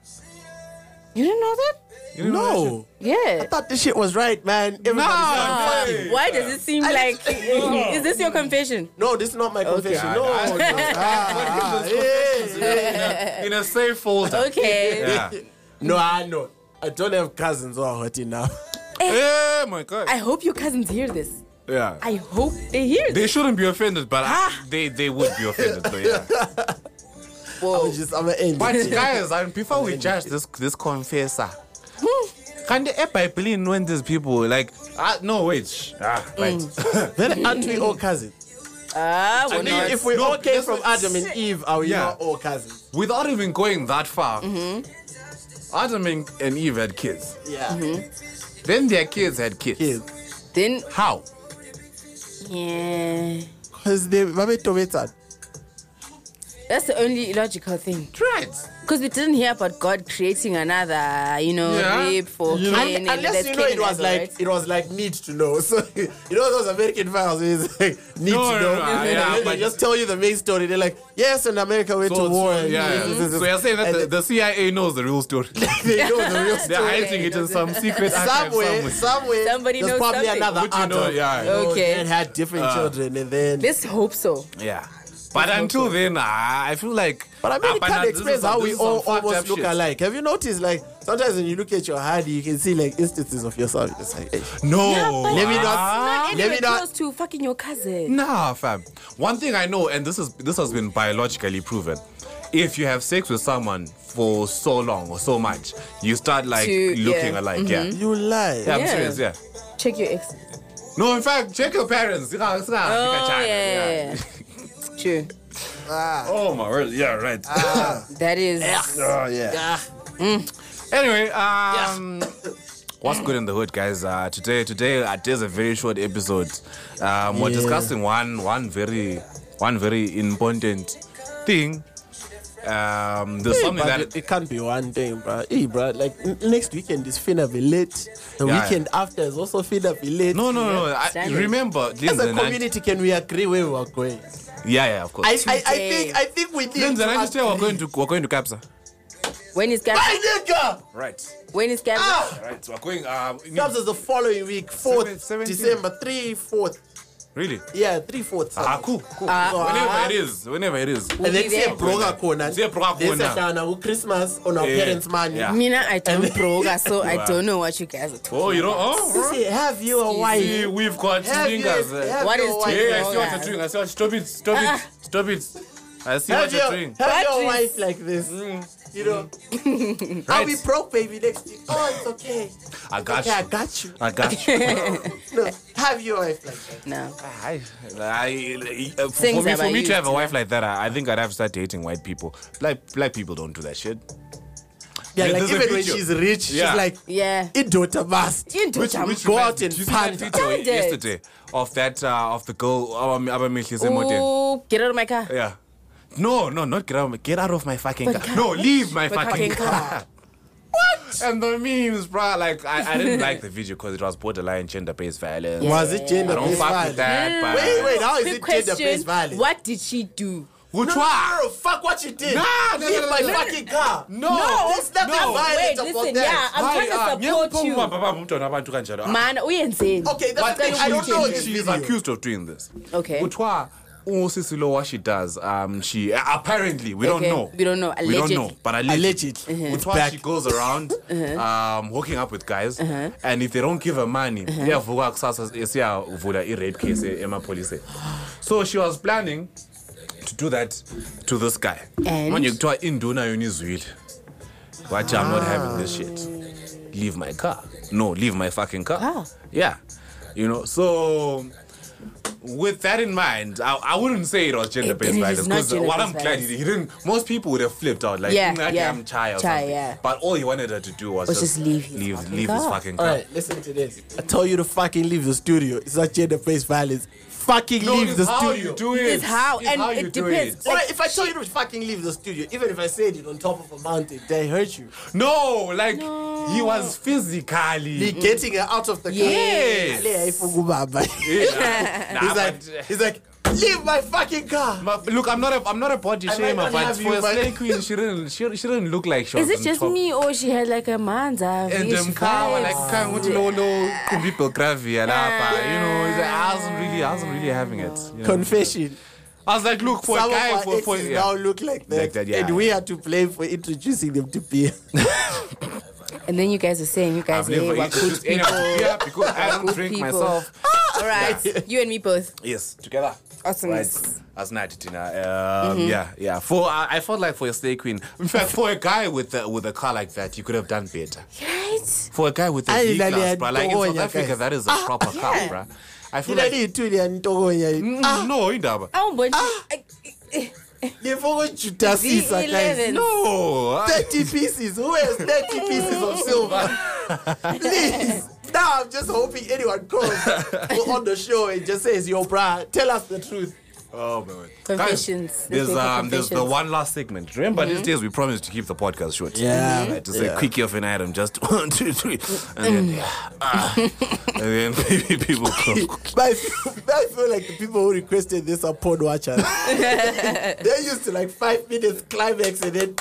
[SPEAKER 2] You didn't know that?
[SPEAKER 1] You know that shit?
[SPEAKER 3] No,
[SPEAKER 2] Yeah. Um,
[SPEAKER 3] I thought this shit was right, man. Everybody's
[SPEAKER 1] Nah.
[SPEAKER 3] on fire.
[SPEAKER 1] Hey.
[SPEAKER 2] Why does it seem
[SPEAKER 3] I
[SPEAKER 2] like?
[SPEAKER 3] just-
[SPEAKER 2] is this your confession?
[SPEAKER 3] No, this is not my confession. No,
[SPEAKER 1] I- I-
[SPEAKER 3] no.
[SPEAKER 1] What
[SPEAKER 3] Ah,
[SPEAKER 1] is this
[SPEAKER 3] yeah.
[SPEAKER 1] confessions in a- in a safe folder.
[SPEAKER 2] Okay.
[SPEAKER 1] Yeah.
[SPEAKER 3] no, I know. I don't have cousins who are hurting now.
[SPEAKER 1] Yeah, Eh, my God.
[SPEAKER 2] I hope your cousins hear this.
[SPEAKER 1] Yeah.
[SPEAKER 2] I hope they hear this.
[SPEAKER 1] They shouldn't be offended, but I,
[SPEAKER 2] Ah.
[SPEAKER 1] they they would be offended. though, yeah. Oh.
[SPEAKER 3] I'm just, I'm an end.
[SPEAKER 1] But
[SPEAKER 3] it.
[SPEAKER 1] guys, and before we judge this this confessor,
[SPEAKER 2] Hmm.
[SPEAKER 1] can the Bible when these people like ah no wait sh- ah right
[SPEAKER 3] Then aren't we all cousins?
[SPEAKER 2] Ah,
[SPEAKER 1] I
[SPEAKER 2] well,
[SPEAKER 1] mean,
[SPEAKER 2] no.
[SPEAKER 3] If we
[SPEAKER 1] No,
[SPEAKER 3] all came
[SPEAKER 1] that's
[SPEAKER 3] from
[SPEAKER 1] what-
[SPEAKER 3] Adam and Eve, are we
[SPEAKER 1] Yeah.
[SPEAKER 3] not all cousins?
[SPEAKER 1] without even going that far, Adam and and Eve had kids.
[SPEAKER 3] Yeah.
[SPEAKER 1] Then their kids had kids.
[SPEAKER 3] Kids.
[SPEAKER 2] then
[SPEAKER 1] How?
[SPEAKER 2] yeah,
[SPEAKER 3] Because they babetobetan.
[SPEAKER 2] that's the only logical thing.
[SPEAKER 1] Right.
[SPEAKER 2] Because we didn't hear about God creating another, you know,
[SPEAKER 1] Yeah.
[SPEAKER 2] rib for
[SPEAKER 1] You know-
[SPEAKER 2] Cain and
[SPEAKER 3] Unless
[SPEAKER 2] that's
[SPEAKER 3] you know
[SPEAKER 2] Cain
[SPEAKER 3] it
[SPEAKER 2] and
[SPEAKER 3] was
[SPEAKER 2] Abel,
[SPEAKER 3] like
[SPEAKER 2] right?
[SPEAKER 3] it was like need to know. So you know those American files is like need
[SPEAKER 1] No, no,
[SPEAKER 3] to know.
[SPEAKER 1] no,
[SPEAKER 3] And
[SPEAKER 1] yeah,
[SPEAKER 3] then
[SPEAKER 1] but-
[SPEAKER 3] they just tell you the main story. They're like, yes, in America went
[SPEAKER 1] So,
[SPEAKER 3] to war.
[SPEAKER 1] so,
[SPEAKER 3] and
[SPEAKER 1] yeah,
[SPEAKER 3] this,
[SPEAKER 1] yeah.
[SPEAKER 3] this, this,
[SPEAKER 1] so you're saying that
[SPEAKER 3] and
[SPEAKER 1] the, the CIA knows the real story.
[SPEAKER 3] they know the real
[SPEAKER 1] They're
[SPEAKER 3] story.
[SPEAKER 1] hiding it in some secret archive
[SPEAKER 3] Somewhere, somewhere,
[SPEAKER 2] Somebody
[SPEAKER 3] there's
[SPEAKER 2] knows
[SPEAKER 3] probably
[SPEAKER 2] something.
[SPEAKER 3] another
[SPEAKER 1] Would you know,
[SPEAKER 3] Adam,
[SPEAKER 1] yeah, Uh,
[SPEAKER 3] you know,
[SPEAKER 2] Okay.
[SPEAKER 3] that had different children, and then
[SPEAKER 2] Let's hope so.
[SPEAKER 1] Yeah. But until then, ah, I feel like.
[SPEAKER 3] But I mean,
[SPEAKER 1] Ah,
[SPEAKER 3] it
[SPEAKER 1] but
[SPEAKER 3] can't
[SPEAKER 1] now this
[SPEAKER 3] express
[SPEAKER 1] is-
[SPEAKER 3] how
[SPEAKER 1] this
[SPEAKER 3] we
[SPEAKER 1] is some
[SPEAKER 3] all
[SPEAKER 1] fucked
[SPEAKER 3] almost
[SPEAKER 1] up
[SPEAKER 3] look
[SPEAKER 1] shit.
[SPEAKER 3] alike. Have you noticed, like, sometimes when you look at your Hardy, you can see, like, instances of yourself. It's like, hey,
[SPEAKER 1] No.
[SPEAKER 2] Yeah, but
[SPEAKER 3] Oh. Let me
[SPEAKER 2] it's
[SPEAKER 3] not-
[SPEAKER 1] Ah.
[SPEAKER 2] not
[SPEAKER 3] let me
[SPEAKER 2] anywhere
[SPEAKER 3] not-
[SPEAKER 2] close to fucking your cousin.
[SPEAKER 1] Nah, fam. One thing I know, and this is this has been biologically proven, if you have sex with someone for so long or so much, you start like
[SPEAKER 2] To-
[SPEAKER 1] looking
[SPEAKER 2] yeah.
[SPEAKER 1] alike. Yeah.
[SPEAKER 3] you lie.
[SPEAKER 1] Yeah, I'm
[SPEAKER 2] Yeah.
[SPEAKER 1] serious. Yeah.
[SPEAKER 2] Check your ex.
[SPEAKER 1] No, in fact, check your parents. Oh,
[SPEAKER 2] Oh yeah, true.
[SPEAKER 1] Oh my word. Yeah, right.
[SPEAKER 2] That is.
[SPEAKER 3] Oh, yeah.
[SPEAKER 1] Anyway, um, what's good in the hood, guys? Uh, today, today uh, it is a very short episode. Um, We're
[SPEAKER 3] Yeah.
[SPEAKER 1] discussing one, one very, one very important thing. Um, there's
[SPEAKER 3] Hey,
[SPEAKER 1] something
[SPEAKER 3] but
[SPEAKER 1] that
[SPEAKER 3] it, it can't be one thing, bro. Hey, bro, like, n- next weekend is finna be late. The
[SPEAKER 1] Yeah,
[SPEAKER 3] weekend after is also finna be late.
[SPEAKER 1] no, no, no. I,
[SPEAKER 2] Standard.
[SPEAKER 1] remember,
[SPEAKER 3] As
[SPEAKER 1] Lindsay
[SPEAKER 3] a
[SPEAKER 1] and I-
[SPEAKER 3] community, can we agree where we are going?
[SPEAKER 1] yeah, yeah, of course.
[SPEAKER 3] I, I, I
[SPEAKER 2] Today.
[SPEAKER 3] think I think we need
[SPEAKER 1] Lindsay and I just
[SPEAKER 3] to
[SPEAKER 1] said we're going to we're going to Capsa.
[SPEAKER 2] When is Gabby?
[SPEAKER 3] My nigga!
[SPEAKER 1] Right,
[SPEAKER 2] When is Gabby?
[SPEAKER 3] Ah!
[SPEAKER 1] right. We're going. Um,
[SPEAKER 3] Comes as the following week, 4th
[SPEAKER 1] Seven- 17.
[SPEAKER 3] December, 3, 4th.
[SPEAKER 1] really?
[SPEAKER 3] Yeah, 3, 4th.
[SPEAKER 1] Ah, cool, cool.
[SPEAKER 2] Ah.
[SPEAKER 1] whenever it is, whenever it is.
[SPEAKER 2] We'll
[SPEAKER 3] and
[SPEAKER 2] be
[SPEAKER 3] then say
[SPEAKER 2] there.
[SPEAKER 3] broga kona
[SPEAKER 1] Say broga
[SPEAKER 3] They say
[SPEAKER 1] kona.
[SPEAKER 3] shana with christmas on our
[SPEAKER 1] Yeah.
[SPEAKER 3] parents money
[SPEAKER 1] Yeah.
[SPEAKER 2] Mina, I don't
[SPEAKER 3] And-
[SPEAKER 2] broga, so I
[SPEAKER 1] Wow.
[SPEAKER 2] don't know what you guys are talking
[SPEAKER 1] Oh, you know, oh,
[SPEAKER 3] Sissy, have you a
[SPEAKER 1] we,
[SPEAKER 3] wife
[SPEAKER 1] we've got
[SPEAKER 3] have you,
[SPEAKER 1] fingers. eh.
[SPEAKER 3] have
[SPEAKER 2] What
[SPEAKER 3] you
[SPEAKER 2] is
[SPEAKER 3] a
[SPEAKER 2] tea?
[SPEAKER 3] wife?
[SPEAKER 1] Yeah, I see what
[SPEAKER 2] Yeah.
[SPEAKER 1] you're doing. I see what stop it, stop
[SPEAKER 2] Ah.
[SPEAKER 1] it, stop it. I see
[SPEAKER 3] have
[SPEAKER 1] what
[SPEAKER 3] you,
[SPEAKER 1] you're doing.
[SPEAKER 3] have you a
[SPEAKER 2] Patrice.
[SPEAKER 3] wife like this
[SPEAKER 1] Mm.
[SPEAKER 3] you know i'll be broke baby next week oh it's okay
[SPEAKER 1] I got
[SPEAKER 3] okay, i
[SPEAKER 1] you.
[SPEAKER 3] got you
[SPEAKER 1] I got you.
[SPEAKER 3] no have you a wife like that
[SPEAKER 2] No.
[SPEAKER 1] I, I, uh, for
[SPEAKER 2] Things
[SPEAKER 1] me,
[SPEAKER 2] about
[SPEAKER 1] for me
[SPEAKER 2] you,
[SPEAKER 1] to have a wife like that, I, I think I'd have to start dating white people. Black, black people don't do that shit.
[SPEAKER 3] yeah,
[SPEAKER 1] Yeah,
[SPEAKER 3] like
[SPEAKER 1] there's a
[SPEAKER 3] even when
[SPEAKER 1] picture.
[SPEAKER 3] she's rich
[SPEAKER 1] Yeah.
[SPEAKER 3] she's like
[SPEAKER 2] Yeah.
[SPEAKER 3] it daughter must
[SPEAKER 2] Into
[SPEAKER 1] Which,
[SPEAKER 2] jam-
[SPEAKER 1] which
[SPEAKER 3] Go
[SPEAKER 1] reminds
[SPEAKER 3] out
[SPEAKER 1] me,
[SPEAKER 3] and
[SPEAKER 1] do you see that
[SPEAKER 3] panda.
[SPEAKER 1] video
[SPEAKER 2] Panda it.
[SPEAKER 1] yesterday of that uh, of the girl um, Abamihle Zemote?
[SPEAKER 2] Ooh, get out of my car.
[SPEAKER 1] Yeah. No, no, not get out. of my- Get out of my fucking
[SPEAKER 2] But
[SPEAKER 1] car.
[SPEAKER 2] car-
[SPEAKER 1] No, leave my
[SPEAKER 2] but
[SPEAKER 1] fucking
[SPEAKER 2] fucking
[SPEAKER 1] car. What? And the memes, bruh. Like I, I didn't like the video because it was borderline gender-based violence.
[SPEAKER 3] was it
[SPEAKER 1] I
[SPEAKER 3] gender
[SPEAKER 1] don't
[SPEAKER 3] based
[SPEAKER 1] fuck with
[SPEAKER 3] violence
[SPEAKER 1] that. But
[SPEAKER 3] Wait, wait, how is
[SPEAKER 2] Quick
[SPEAKER 3] it gender-based
[SPEAKER 2] question.
[SPEAKER 3] violence?
[SPEAKER 2] What did she do?
[SPEAKER 1] Which
[SPEAKER 3] no,
[SPEAKER 1] one?
[SPEAKER 3] no, no, fuck what you did.
[SPEAKER 1] Nah, no,
[SPEAKER 3] Leave
[SPEAKER 1] no, no,
[SPEAKER 3] my
[SPEAKER 1] no.
[SPEAKER 3] fucking car.
[SPEAKER 1] No,
[SPEAKER 3] there's nothing
[SPEAKER 1] no.
[SPEAKER 3] violent
[SPEAKER 2] Wait,
[SPEAKER 3] about
[SPEAKER 2] listen,
[SPEAKER 3] that.
[SPEAKER 2] yeah,
[SPEAKER 1] Why, ah,
[SPEAKER 2] I'm trying to
[SPEAKER 1] ngiyakupha
[SPEAKER 2] support you.
[SPEAKER 1] ubaba bomntwana abantu kanjalo. Ah,
[SPEAKER 2] Man, uyenzeni?
[SPEAKER 3] Okay, that's
[SPEAKER 1] But
[SPEAKER 3] the thing. I don't
[SPEAKER 1] she-
[SPEAKER 3] know
[SPEAKER 1] she-
[SPEAKER 3] this
[SPEAKER 1] She is
[SPEAKER 3] video.
[SPEAKER 1] accused of doing this.
[SPEAKER 2] Okay.
[SPEAKER 1] Utwa, usisi lo what she does, um, she apparently we don't
[SPEAKER 2] Okay,
[SPEAKER 1] know.
[SPEAKER 2] we don't know,
[SPEAKER 1] We don't
[SPEAKER 2] allegedly.
[SPEAKER 1] know, but allegedly.
[SPEAKER 3] Alleged.
[SPEAKER 2] Uh-huh.
[SPEAKER 3] It's
[SPEAKER 1] Utwa
[SPEAKER 3] back.
[SPEAKER 1] she goes around um, hooking up with guys,
[SPEAKER 2] Uh-huh.
[SPEAKER 1] and if they don't give her money, iyavuka kusasa eh, isiyavula i-rape case e- emapoliseni. So she was planning to do that to this guy.
[SPEAKER 2] And?
[SPEAKER 1] Manje kuthiwa induna yonizwile. Wathi I'm not having
[SPEAKER 2] Ah.
[SPEAKER 1] this shit leave my car. No, leave my fucking car.
[SPEAKER 2] Wow.
[SPEAKER 1] Yeah. You know, so with that in mind, I, I wouldn't say it was gender based
[SPEAKER 2] It- it
[SPEAKER 1] violence
[SPEAKER 2] is not
[SPEAKER 1] because what I'm
[SPEAKER 2] gender-based
[SPEAKER 1] glad
[SPEAKER 2] violence.
[SPEAKER 1] he didn't. Most people would have flipped out like,
[SPEAKER 2] Yeah,
[SPEAKER 1] "Mm, okay,
[SPEAKER 2] yeah.
[SPEAKER 1] I'm chai or
[SPEAKER 2] Chai,
[SPEAKER 1] something.
[SPEAKER 2] yeah.
[SPEAKER 1] But all he wanted her to do was,
[SPEAKER 2] Was just leave his
[SPEAKER 1] leave,
[SPEAKER 2] fucking
[SPEAKER 1] leave his
[SPEAKER 2] car.
[SPEAKER 1] fucking car.
[SPEAKER 3] All right, listen to this. I told you to fucking leave the studio. It's not gender-based violence. fucking
[SPEAKER 1] No,
[SPEAKER 3] leave
[SPEAKER 1] it's
[SPEAKER 3] the
[SPEAKER 1] how
[SPEAKER 3] studio.
[SPEAKER 1] you do it.
[SPEAKER 2] It's how,
[SPEAKER 1] It's
[SPEAKER 2] and
[SPEAKER 1] how
[SPEAKER 2] it
[SPEAKER 1] you do
[SPEAKER 2] depends.
[SPEAKER 1] it.
[SPEAKER 3] Or if I tell you to fucking leave the studio, even if I said it on top of a mountain, they hurt you.
[SPEAKER 1] No, like he was physically.
[SPEAKER 3] Be getting her out of the car.
[SPEAKER 1] Yes.
[SPEAKER 3] Ale, ifungubaba.
[SPEAKER 1] Yeah. Nah,
[SPEAKER 3] He's
[SPEAKER 1] but-
[SPEAKER 3] like, he's like, leave my fucking car.
[SPEAKER 1] Ma- look, I'm not a I'm not a body
[SPEAKER 3] might
[SPEAKER 1] shamer,
[SPEAKER 3] not
[SPEAKER 1] but
[SPEAKER 3] have
[SPEAKER 1] for
[SPEAKER 3] you,
[SPEAKER 1] a
[SPEAKER 3] but-
[SPEAKER 1] slay queen, she didn't she, she didn't look like she
[SPEAKER 2] Is
[SPEAKER 1] was
[SPEAKER 2] it
[SPEAKER 1] on
[SPEAKER 2] just
[SPEAKER 1] top.
[SPEAKER 2] me or she had like a manza?
[SPEAKER 1] And um, Kawa, like kind of low low kumbi belgravia lapa, you know. He's like, I wasn't really I wasn't really having it. You know?
[SPEAKER 3] Confession.
[SPEAKER 1] I was like, look for
[SPEAKER 3] Some
[SPEAKER 1] a guy
[SPEAKER 3] of our
[SPEAKER 1] for for
[SPEAKER 3] exes
[SPEAKER 1] yeah.
[SPEAKER 3] now look like that,
[SPEAKER 1] Like that, yeah.
[SPEAKER 3] and we had to play for introducing them to beer.
[SPEAKER 2] And then you guys are saying you guys
[SPEAKER 1] I've
[SPEAKER 2] hey,
[SPEAKER 1] never
[SPEAKER 2] we're good
[SPEAKER 1] introduced anyone to beer because I don't drink
[SPEAKER 2] people.
[SPEAKER 1] myself.
[SPEAKER 2] All right, you and me both.
[SPEAKER 1] Yes, together.
[SPEAKER 2] Awesome.
[SPEAKER 1] Right. That's night dinner. Um,
[SPEAKER 2] Mm-hmm.
[SPEAKER 1] Yeah, yeah. For I, I felt like for a slay queen. In fact, for a guy with a, with a car like that, you could have done better.
[SPEAKER 2] Right?
[SPEAKER 1] For a guy with a
[SPEAKER 3] Ay,
[SPEAKER 1] V
[SPEAKER 3] lali,
[SPEAKER 1] class, bruh, like in
[SPEAKER 3] antokonya,
[SPEAKER 1] South Africa,
[SPEAKER 3] guys.
[SPEAKER 1] that is a proper car,
[SPEAKER 2] Ah, yeah.
[SPEAKER 1] bruh. I feel like
[SPEAKER 3] Nilalithulianitokonya.
[SPEAKER 1] Mm, no, indaba.
[SPEAKER 2] Oh, but
[SPEAKER 3] Ah. Ngifokojutasisa, guys.
[SPEAKER 2] V11.
[SPEAKER 1] No, I-
[SPEAKER 3] 30 pieces. Who has 30 pieces of silver? Please. Now I'm just hoping anyone calls who on the show and just says, Yo, bruh, tell us the truth.
[SPEAKER 1] Oh my word.
[SPEAKER 2] Confessions.
[SPEAKER 1] Guys,
[SPEAKER 2] Let's
[SPEAKER 1] there's
[SPEAKER 2] make a
[SPEAKER 1] um there's the
[SPEAKER 2] confessions. Mm-hmm.
[SPEAKER 1] one last segment. Remember these days we promised to keep the podcast short.
[SPEAKER 3] Mm-hmm. Yeah.
[SPEAKER 1] Right, just a quickie of an item, just one, two, three. And then yeah. ah. and then maybe people go.
[SPEAKER 3] But I feel, I feel like the people who requested this are porn watchers. They're used to like five minutes climax and then.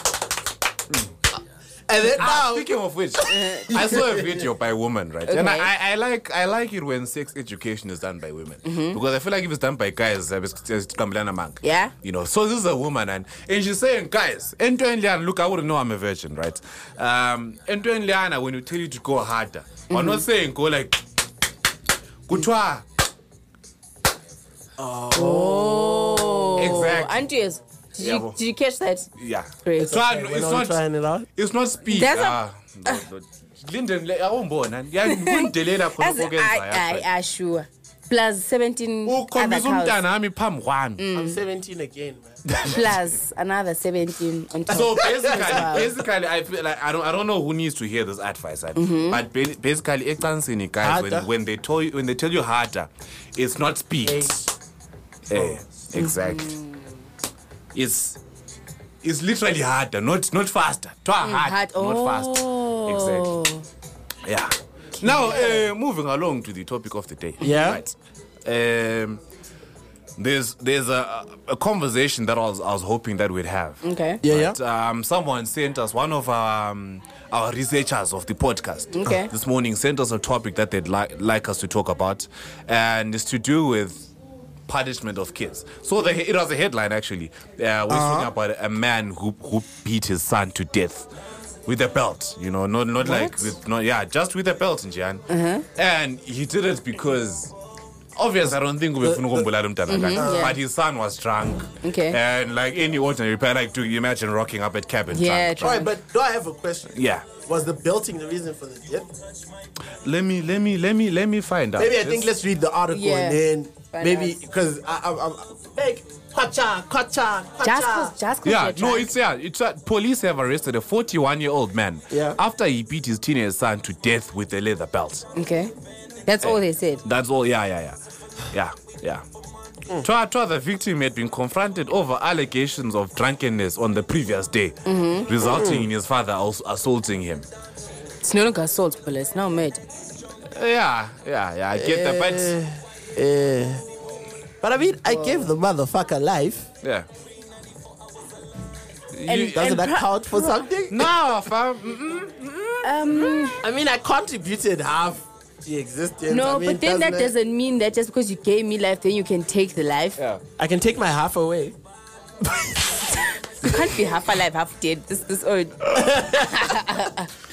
[SPEAKER 3] And then
[SPEAKER 1] Ah,
[SPEAKER 3] now.
[SPEAKER 1] speaking of which, I saw a video by a woman, right? And I,
[SPEAKER 2] Okay.
[SPEAKER 1] I, I like I like it when sex education is done by women because I feel like if it's done by guys, I was- I was complaining among.
[SPEAKER 2] Yeah.
[SPEAKER 1] you know. So this is a woman, and and she's saying, guys, Antoine Liana, look, I wouldn't know I'm a virgin, right? Um, Antoine Liana, when we tell you to go harder, we're not saying go like, kutwa. Oh, exactly.
[SPEAKER 2] Andreas, did
[SPEAKER 1] Yeah,
[SPEAKER 2] you,
[SPEAKER 1] well.
[SPEAKER 2] did you catch that?
[SPEAKER 1] yeah,
[SPEAKER 2] Great.
[SPEAKER 1] It's not-
[SPEAKER 3] Okay, we're
[SPEAKER 1] it's
[SPEAKER 3] not
[SPEAKER 1] not-
[SPEAKER 3] trying it out.
[SPEAKER 1] it's not speed.
[SPEAKER 2] That's a-
[SPEAKER 1] ah, no, no. Linden le- awumbona yangikundelela khona
[SPEAKER 2] As I, I,
[SPEAKER 1] okwenzayo
[SPEAKER 2] I, sure. Plus 17 other
[SPEAKER 1] ukhombisa
[SPEAKER 2] cows.
[SPEAKER 1] umntana wami phambi
[SPEAKER 2] Mm.
[SPEAKER 1] kwami
[SPEAKER 3] I'm 17 again, man.
[SPEAKER 2] Plus another 17 on top.
[SPEAKER 1] so basically
[SPEAKER 2] Wow.
[SPEAKER 1] basically i feel like i don't i don't know who needs to hear this advice and,
[SPEAKER 2] Mm-hmm.
[SPEAKER 1] but ba- basically ecansini guys when,
[SPEAKER 3] Harder.
[SPEAKER 1] when they tell you when they tell you harder it's not speed
[SPEAKER 3] Hey.
[SPEAKER 1] Eh, exactly
[SPEAKER 2] Mm.
[SPEAKER 1] it's it's literally harder not not faster twa hard,
[SPEAKER 2] Mm, hard.
[SPEAKER 1] not fast exactly
[SPEAKER 2] Oh.
[SPEAKER 1] Yeah. Now, uh, moving along to the topic of the day.
[SPEAKER 3] Yeah.
[SPEAKER 1] Right. Um, there's there's a, a conversation that I was, I was hoping that we'd have.
[SPEAKER 2] Okay.
[SPEAKER 3] Yeah, yeah.
[SPEAKER 1] But, um, someone sent us one of our, um, our researchers of the podcast
[SPEAKER 2] Okay.
[SPEAKER 1] this morning sent us a topic that they'd like like us to talk about, and it's to do with punishment of kids. So the, it was a headline actually. Uh, we're talking about a man who who beat his son to death with a belt. You know, not not like
[SPEAKER 2] What?
[SPEAKER 1] with not yeah, just with a belt, Njan.
[SPEAKER 2] Uh-huh.
[SPEAKER 1] And he did it because. Obviously, I don't think we're
[SPEAKER 2] Uh, mm-hmm, yeah.
[SPEAKER 1] but his son was drunk.
[SPEAKER 2] Okay.
[SPEAKER 1] And like any ordinary parent, like, do you imagine rocking up at cabin?
[SPEAKER 2] Yeah,
[SPEAKER 1] drunk?
[SPEAKER 3] All right, but do I have a question?
[SPEAKER 1] Yeah.
[SPEAKER 3] Was the belting the reason for the death?
[SPEAKER 1] Let me, let me, let me, let me find out.
[SPEAKER 3] Maybe I think let's read the article
[SPEAKER 2] Yeah.
[SPEAKER 3] and then
[SPEAKER 2] Find
[SPEAKER 3] maybe
[SPEAKER 2] out.
[SPEAKER 3] because I, I, I'm like kwacha kwacha
[SPEAKER 2] Just
[SPEAKER 3] kwacha.
[SPEAKER 2] cause, just cause
[SPEAKER 1] Yeah,
[SPEAKER 2] you're
[SPEAKER 1] no,
[SPEAKER 2] drunk.
[SPEAKER 1] it's yeah, it's uh, police have arrested a 41 year old man
[SPEAKER 3] Yeah.
[SPEAKER 1] after he beat his teenage son to death with a leather belt.
[SPEAKER 2] Okay. That's all they said.
[SPEAKER 1] That's all. Yeah, yeah, yeah, yeah, yeah. Twa Twa, the victim had been confronted over allegations of drunkenness on the previous day, resulting in his father als- assaulting him.
[SPEAKER 2] It's no longer assault, but it's now murder.
[SPEAKER 1] Yeah, yeah, yeah. I get that, but
[SPEAKER 3] Eh. But I mean, I gave the motherfucker life.
[SPEAKER 1] yeah. You-
[SPEAKER 3] Doesn't
[SPEAKER 2] And
[SPEAKER 3] that
[SPEAKER 2] pro-
[SPEAKER 3] count for something?
[SPEAKER 1] nah, fam. mm-mm.
[SPEAKER 2] Um,
[SPEAKER 3] I mean, I contributed half to existence.
[SPEAKER 2] no,
[SPEAKER 3] I mean,
[SPEAKER 2] but then that
[SPEAKER 3] doesn't.
[SPEAKER 2] doesn't mean that just because you gave me life, then you can take the life.
[SPEAKER 1] Yeah.
[SPEAKER 3] I can take my half away.
[SPEAKER 2] You can't be half alive, half dead. This, oh, this, old.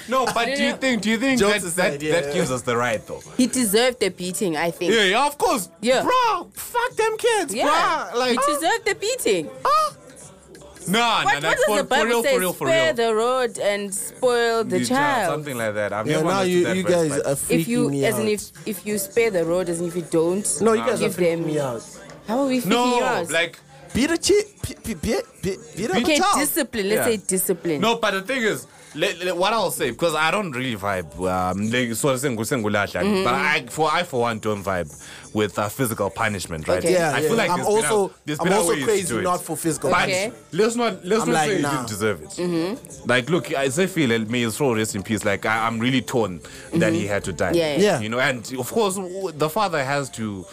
[SPEAKER 1] No, but do you
[SPEAKER 2] no.
[SPEAKER 1] think? Do you think
[SPEAKER 3] Jokes
[SPEAKER 1] that,
[SPEAKER 3] aside,
[SPEAKER 1] that,
[SPEAKER 3] yeah,
[SPEAKER 1] that
[SPEAKER 3] yeah.
[SPEAKER 1] gives us the right though?
[SPEAKER 2] He deserved the beating, I think.
[SPEAKER 1] Yeah, yeah, of course.
[SPEAKER 2] Yeah.
[SPEAKER 1] Bro, fuck them kids,
[SPEAKER 2] Yeah,
[SPEAKER 1] bro. Like,
[SPEAKER 2] he deserved the beating.
[SPEAKER 1] nah, nah,
[SPEAKER 2] What,
[SPEAKER 1] nah.
[SPEAKER 2] what does
[SPEAKER 1] for,
[SPEAKER 2] the Bible
[SPEAKER 1] for real,
[SPEAKER 2] say?
[SPEAKER 1] for real, for
[SPEAKER 2] Spare
[SPEAKER 1] real.
[SPEAKER 2] the road and spoil the
[SPEAKER 1] You
[SPEAKER 2] child.
[SPEAKER 1] Something like that. I've
[SPEAKER 3] Yeah,
[SPEAKER 1] never
[SPEAKER 3] now
[SPEAKER 1] understood
[SPEAKER 3] you,
[SPEAKER 1] that
[SPEAKER 3] you
[SPEAKER 1] verse,
[SPEAKER 3] guys
[SPEAKER 1] but-
[SPEAKER 3] are freaking
[SPEAKER 2] If you,
[SPEAKER 3] me
[SPEAKER 2] as
[SPEAKER 3] out.
[SPEAKER 2] in if if you spare the road, as in if you don't.
[SPEAKER 3] no, you guys are
[SPEAKER 2] give
[SPEAKER 3] freaking
[SPEAKER 2] them.
[SPEAKER 3] me out.
[SPEAKER 2] How are we freaking you
[SPEAKER 1] No,
[SPEAKER 2] out?
[SPEAKER 1] like,
[SPEAKER 3] Beat a chip. Beat, beat, beat, beat up a
[SPEAKER 2] okay,
[SPEAKER 3] child.
[SPEAKER 2] discipline. Let's
[SPEAKER 1] Yeah.
[SPEAKER 2] say discipline.
[SPEAKER 1] no, but the thing is, le- le- what I'll say because I don't really vibe. Um, like, so sengu- sengulahla,
[SPEAKER 2] Mm-hmm.
[SPEAKER 1] but I for I for one don't vibe with uh, physical punishment, right?
[SPEAKER 2] Okay.
[SPEAKER 1] I feel like
[SPEAKER 3] I'm
[SPEAKER 1] there's better-
[SPEAKER 3] also
[SPEAKER 1] there's
[SPEAKER 3] I'm
[SPEAKER 1] better
[SPEAKER 3] also
[SPEAKER 1] ways to
[SPEAKER 3] crazy
[SPEAKER 1] do it.
[SPEAKER 3] not for physical.
[SPEAKER 1] But
[SPEAKER 2] Okay.
[SPEAKER 1] let's not let's
[SPEAKER 3] I'm
[SPEAKER 1] not
[SPEAKER 3] like,
[SPEAKER 1] say you
[SPEAKER 3] nah.
[SPEAKER 1] didn't deserve it.
[SPEAKER 2] Mm-hmm.
[SPEAKER 1] Like, look, I say feel may his soul rest in peace. Like, I, I'm really torn that he had to die.
[SPEAKER 2] Mm-hmm. Yeah, yeah.
[SPEAKER 3] Yeah.
[SPEAKER 1] you know, and of course w- the father has to.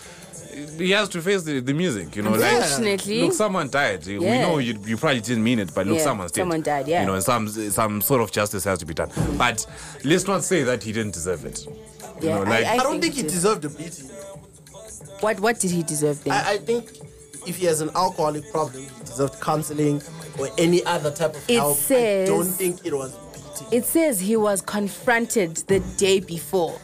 [SPEAKER 1] He has to face the, the music, you know.
[SPEAKER 2] Unfortunately.
[SPEAKER 1] like, look, someone died. We
[SPEAKER 2] Yeah.
[SPEAKER 1] know you, you probably didn't mean it, but look,
[SPEAKER 2] Yeah,
[SPEAKER 1] someone's dead.
[SPEAKER 2] someone died, yeah.
[SPEAKER 1] You know, and some some sort of justice has to be done. But let's not say that he didn't deserve it. You
[SPEAKER 2] Yeah,
[SPEAKER 1] know, like
[SPEAKER 3] I don't think he
[SPEAKER 2] did.
[SPEAKER 3] deserved the beating.
[SPEAKER 2] What what did he deserve then?
[SPEAKER 3] I, I think if he has an alcoholic problem, he deserved counseling or any other type of
[SPEAKER 2] It
[SPEAKER 3] help.
[SPEAKER 2] says-
[SPEAKER 3] I don't think it was beating.
[SPEAKER 2] it says he was confronted the day before.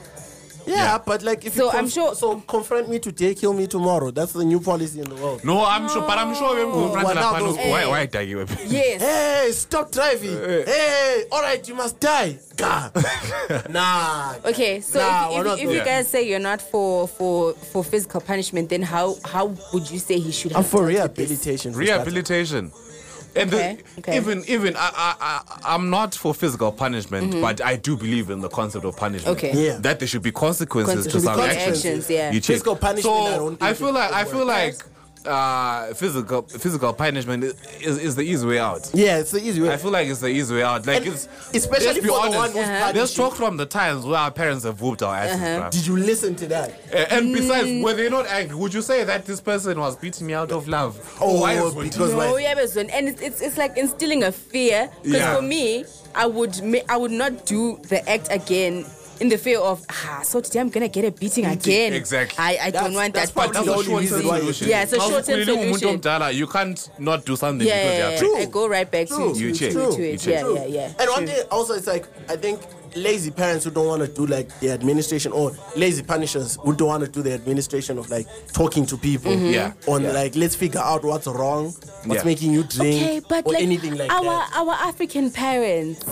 [SPEAKER 3] yeah, but like if
[SPEAKER 2] So
[SPEAKER 3] you
[SPEAKER 2] I'm sure-
[SPEAKER 3] So confront me today, kill me tomorrow. That's the new policy in the world.
[SPEAKER 1] no, I'm sure, but I'm sure we're
[SPEAKER 2] Oh,
[SPEAKER 1] going
[SPEAKER 3] Well, now
[SPEAKER 1] to
[SPEAKER 3] those-
[SPEAKER 2] eh.
[SPEAKER 1] why why die you?
[SPEAKER 2] Yes.
[SPEAKER 3] Hey, stop driving. Hey, all right, you must die. Gah. nah.
[SPEAKER 2] Okay, so
[SPEAKER 3] Nah, we're
[SPEAKER 2] if,
[SPEAKER 3] not
[SPEAKER 2] if, if you
[SPEAKER 1] doing
[SPEAKER 2] guys say you're not for for for physical punishment, then how how would you say he should
[SPEAKER 3] I'm
[SPEAKER 2] have?
[SPEAKER 3] for
[SPEAKER 2] dealt with this?
[SPEAKER 3] rehabilitation. for
[SPEAKER 1] Rehabilitation. And the-
[SPEAKER 2] Okay, okay.
[SPEAKER 1] even even I, I I I'm not for physical punishment, but I do believe in the concept of punishment.
[SPEAKER 2] Mm-hmm. Okay.
[SPEAKER 3] Yeah.
[SPEAKER 1] That there should be consequences to
[SPEAKER 2] Conse- should be
[SPEAKER 1] some
[SPEAKER 2] consequences,
[SPEAKER 1] actions.
[SPEAKER 2] yeah.
[SPEAKER 1] You check.
[SPEAKER 3] Physical punishment,
[SPEAKER 1] So
[SPEAKER 3] I don't think
[SPEAKER 1] feel
[SPEAKER 3] it-
[SPEAKER 1] like
[SPEAKER 3] it
[SPEAKER 1] I feel like uh, physical physical punishment i- is, is the easy way out.
[SPEAKER 3] starters. Yeah, it's the easy way.
[SPEAKER 1] I feel like it's the easy way out. Like
[SPEAKER 3] And
[SPEAKER 1] it's
[SPEAKER 3] especially
[SPEAKER 1] let's be
[SPEAKER 3] for the
[SPEAKER 1] honest,
[SPEAKER 3] one who's Uh-huh.
[SPEAKER 1] Let's talk from the times where our parents have whooped our asses.
[SPEAKER 2] Uh-huh.
[SPEAKER 1] bruh.
[SPEAKER 3] Did you listen to that?
[SPEAKER 1] A- And besides, were they not angry? Would you say that this person was beating me out of love?
[SPEAKER 3] Oh,
[SPEAKER 1] Why would
[SPEAKER 3] because
[SPEAKER 1] you?
[SPEAKER 3] like-
[SPEAKER 2] No, yeah, but son, and it's, it's it's like instilling a fear. Because
[SPEAKER 1] Yeah.
[SPEAKER 2] for me, I would ma- I would not do the act again in the fear of ah, so today I'm gonna get a beating again.
[SPEAKER 1] Exactly.
[SPEAKER 2] I, I don't
[SPEAKER 3] That's-
[SPEAKER 2] want
[SPEAKER 3] that's probably
[SPEAKER 2] that.
[SPEAKER 1] That's
[SPEAKER 3] the
[SPEAKER 2] beating.
[SPEAKER 1] a
[SPEAKER 3] only
[SPEAKER 1] short term
[SPEAKER 3] reason why you
[SPEAKER 1] solution.
[SPEAKER 3] should-
[SPEAKER 2] Yeah, it's a short-term
[SPEAKER 1] Nawukhulile umuntu
[SPEAKER 2] solution.
[SPEAKER 1] omdala, You can't not do something
[SPEAKER 2] Yeah,
[SPEAKER 1] because
[SPEAKER 2] yeah,
[SPEAKER 1] you're
[SPEAKER 2] yeah.
[SPEAKER 3] True.
[SPEAKER 2] I go right back to,
[SPEAKER 3] True.
[SPEAKER 2] to,
[SPEAKER 1] You
[SPEAKER 2] to,
[SPEAKER 1] check.
[SPEAKER 2] to
[SPEAKER 1] You
[SPEAKER 2] it.
[SPEAKER 1] check.
[SPEAKER 2] Yeah, yeah, yeah.
[SPEAKER 3] And one
[SPEAKER 2] True.
[SPEAKER 3] thing also, it's like I think lazy parents who don't want to do like the administration or lazy punishers who don't want to do the administration of like talking to people.
[SPEAKER 1] Mm-hmm. Yeah.
[SPEAKER 3] On
[SPEAKER 1] Yeah.
[SPEAKER 3] like let's figure out what's wrong, what's
[SPEAKER 1] Yeah.
[SPEAKER 3] making you drink,
[SPEAKER 2] Okay, but
[SPEAKER 3] or
[SPEAKER 2] like,
[SPEAKER 3] anything like
[SPEAKER 2] our
[SPEAKER 3] that.
[SPEAKER 2] our African parents,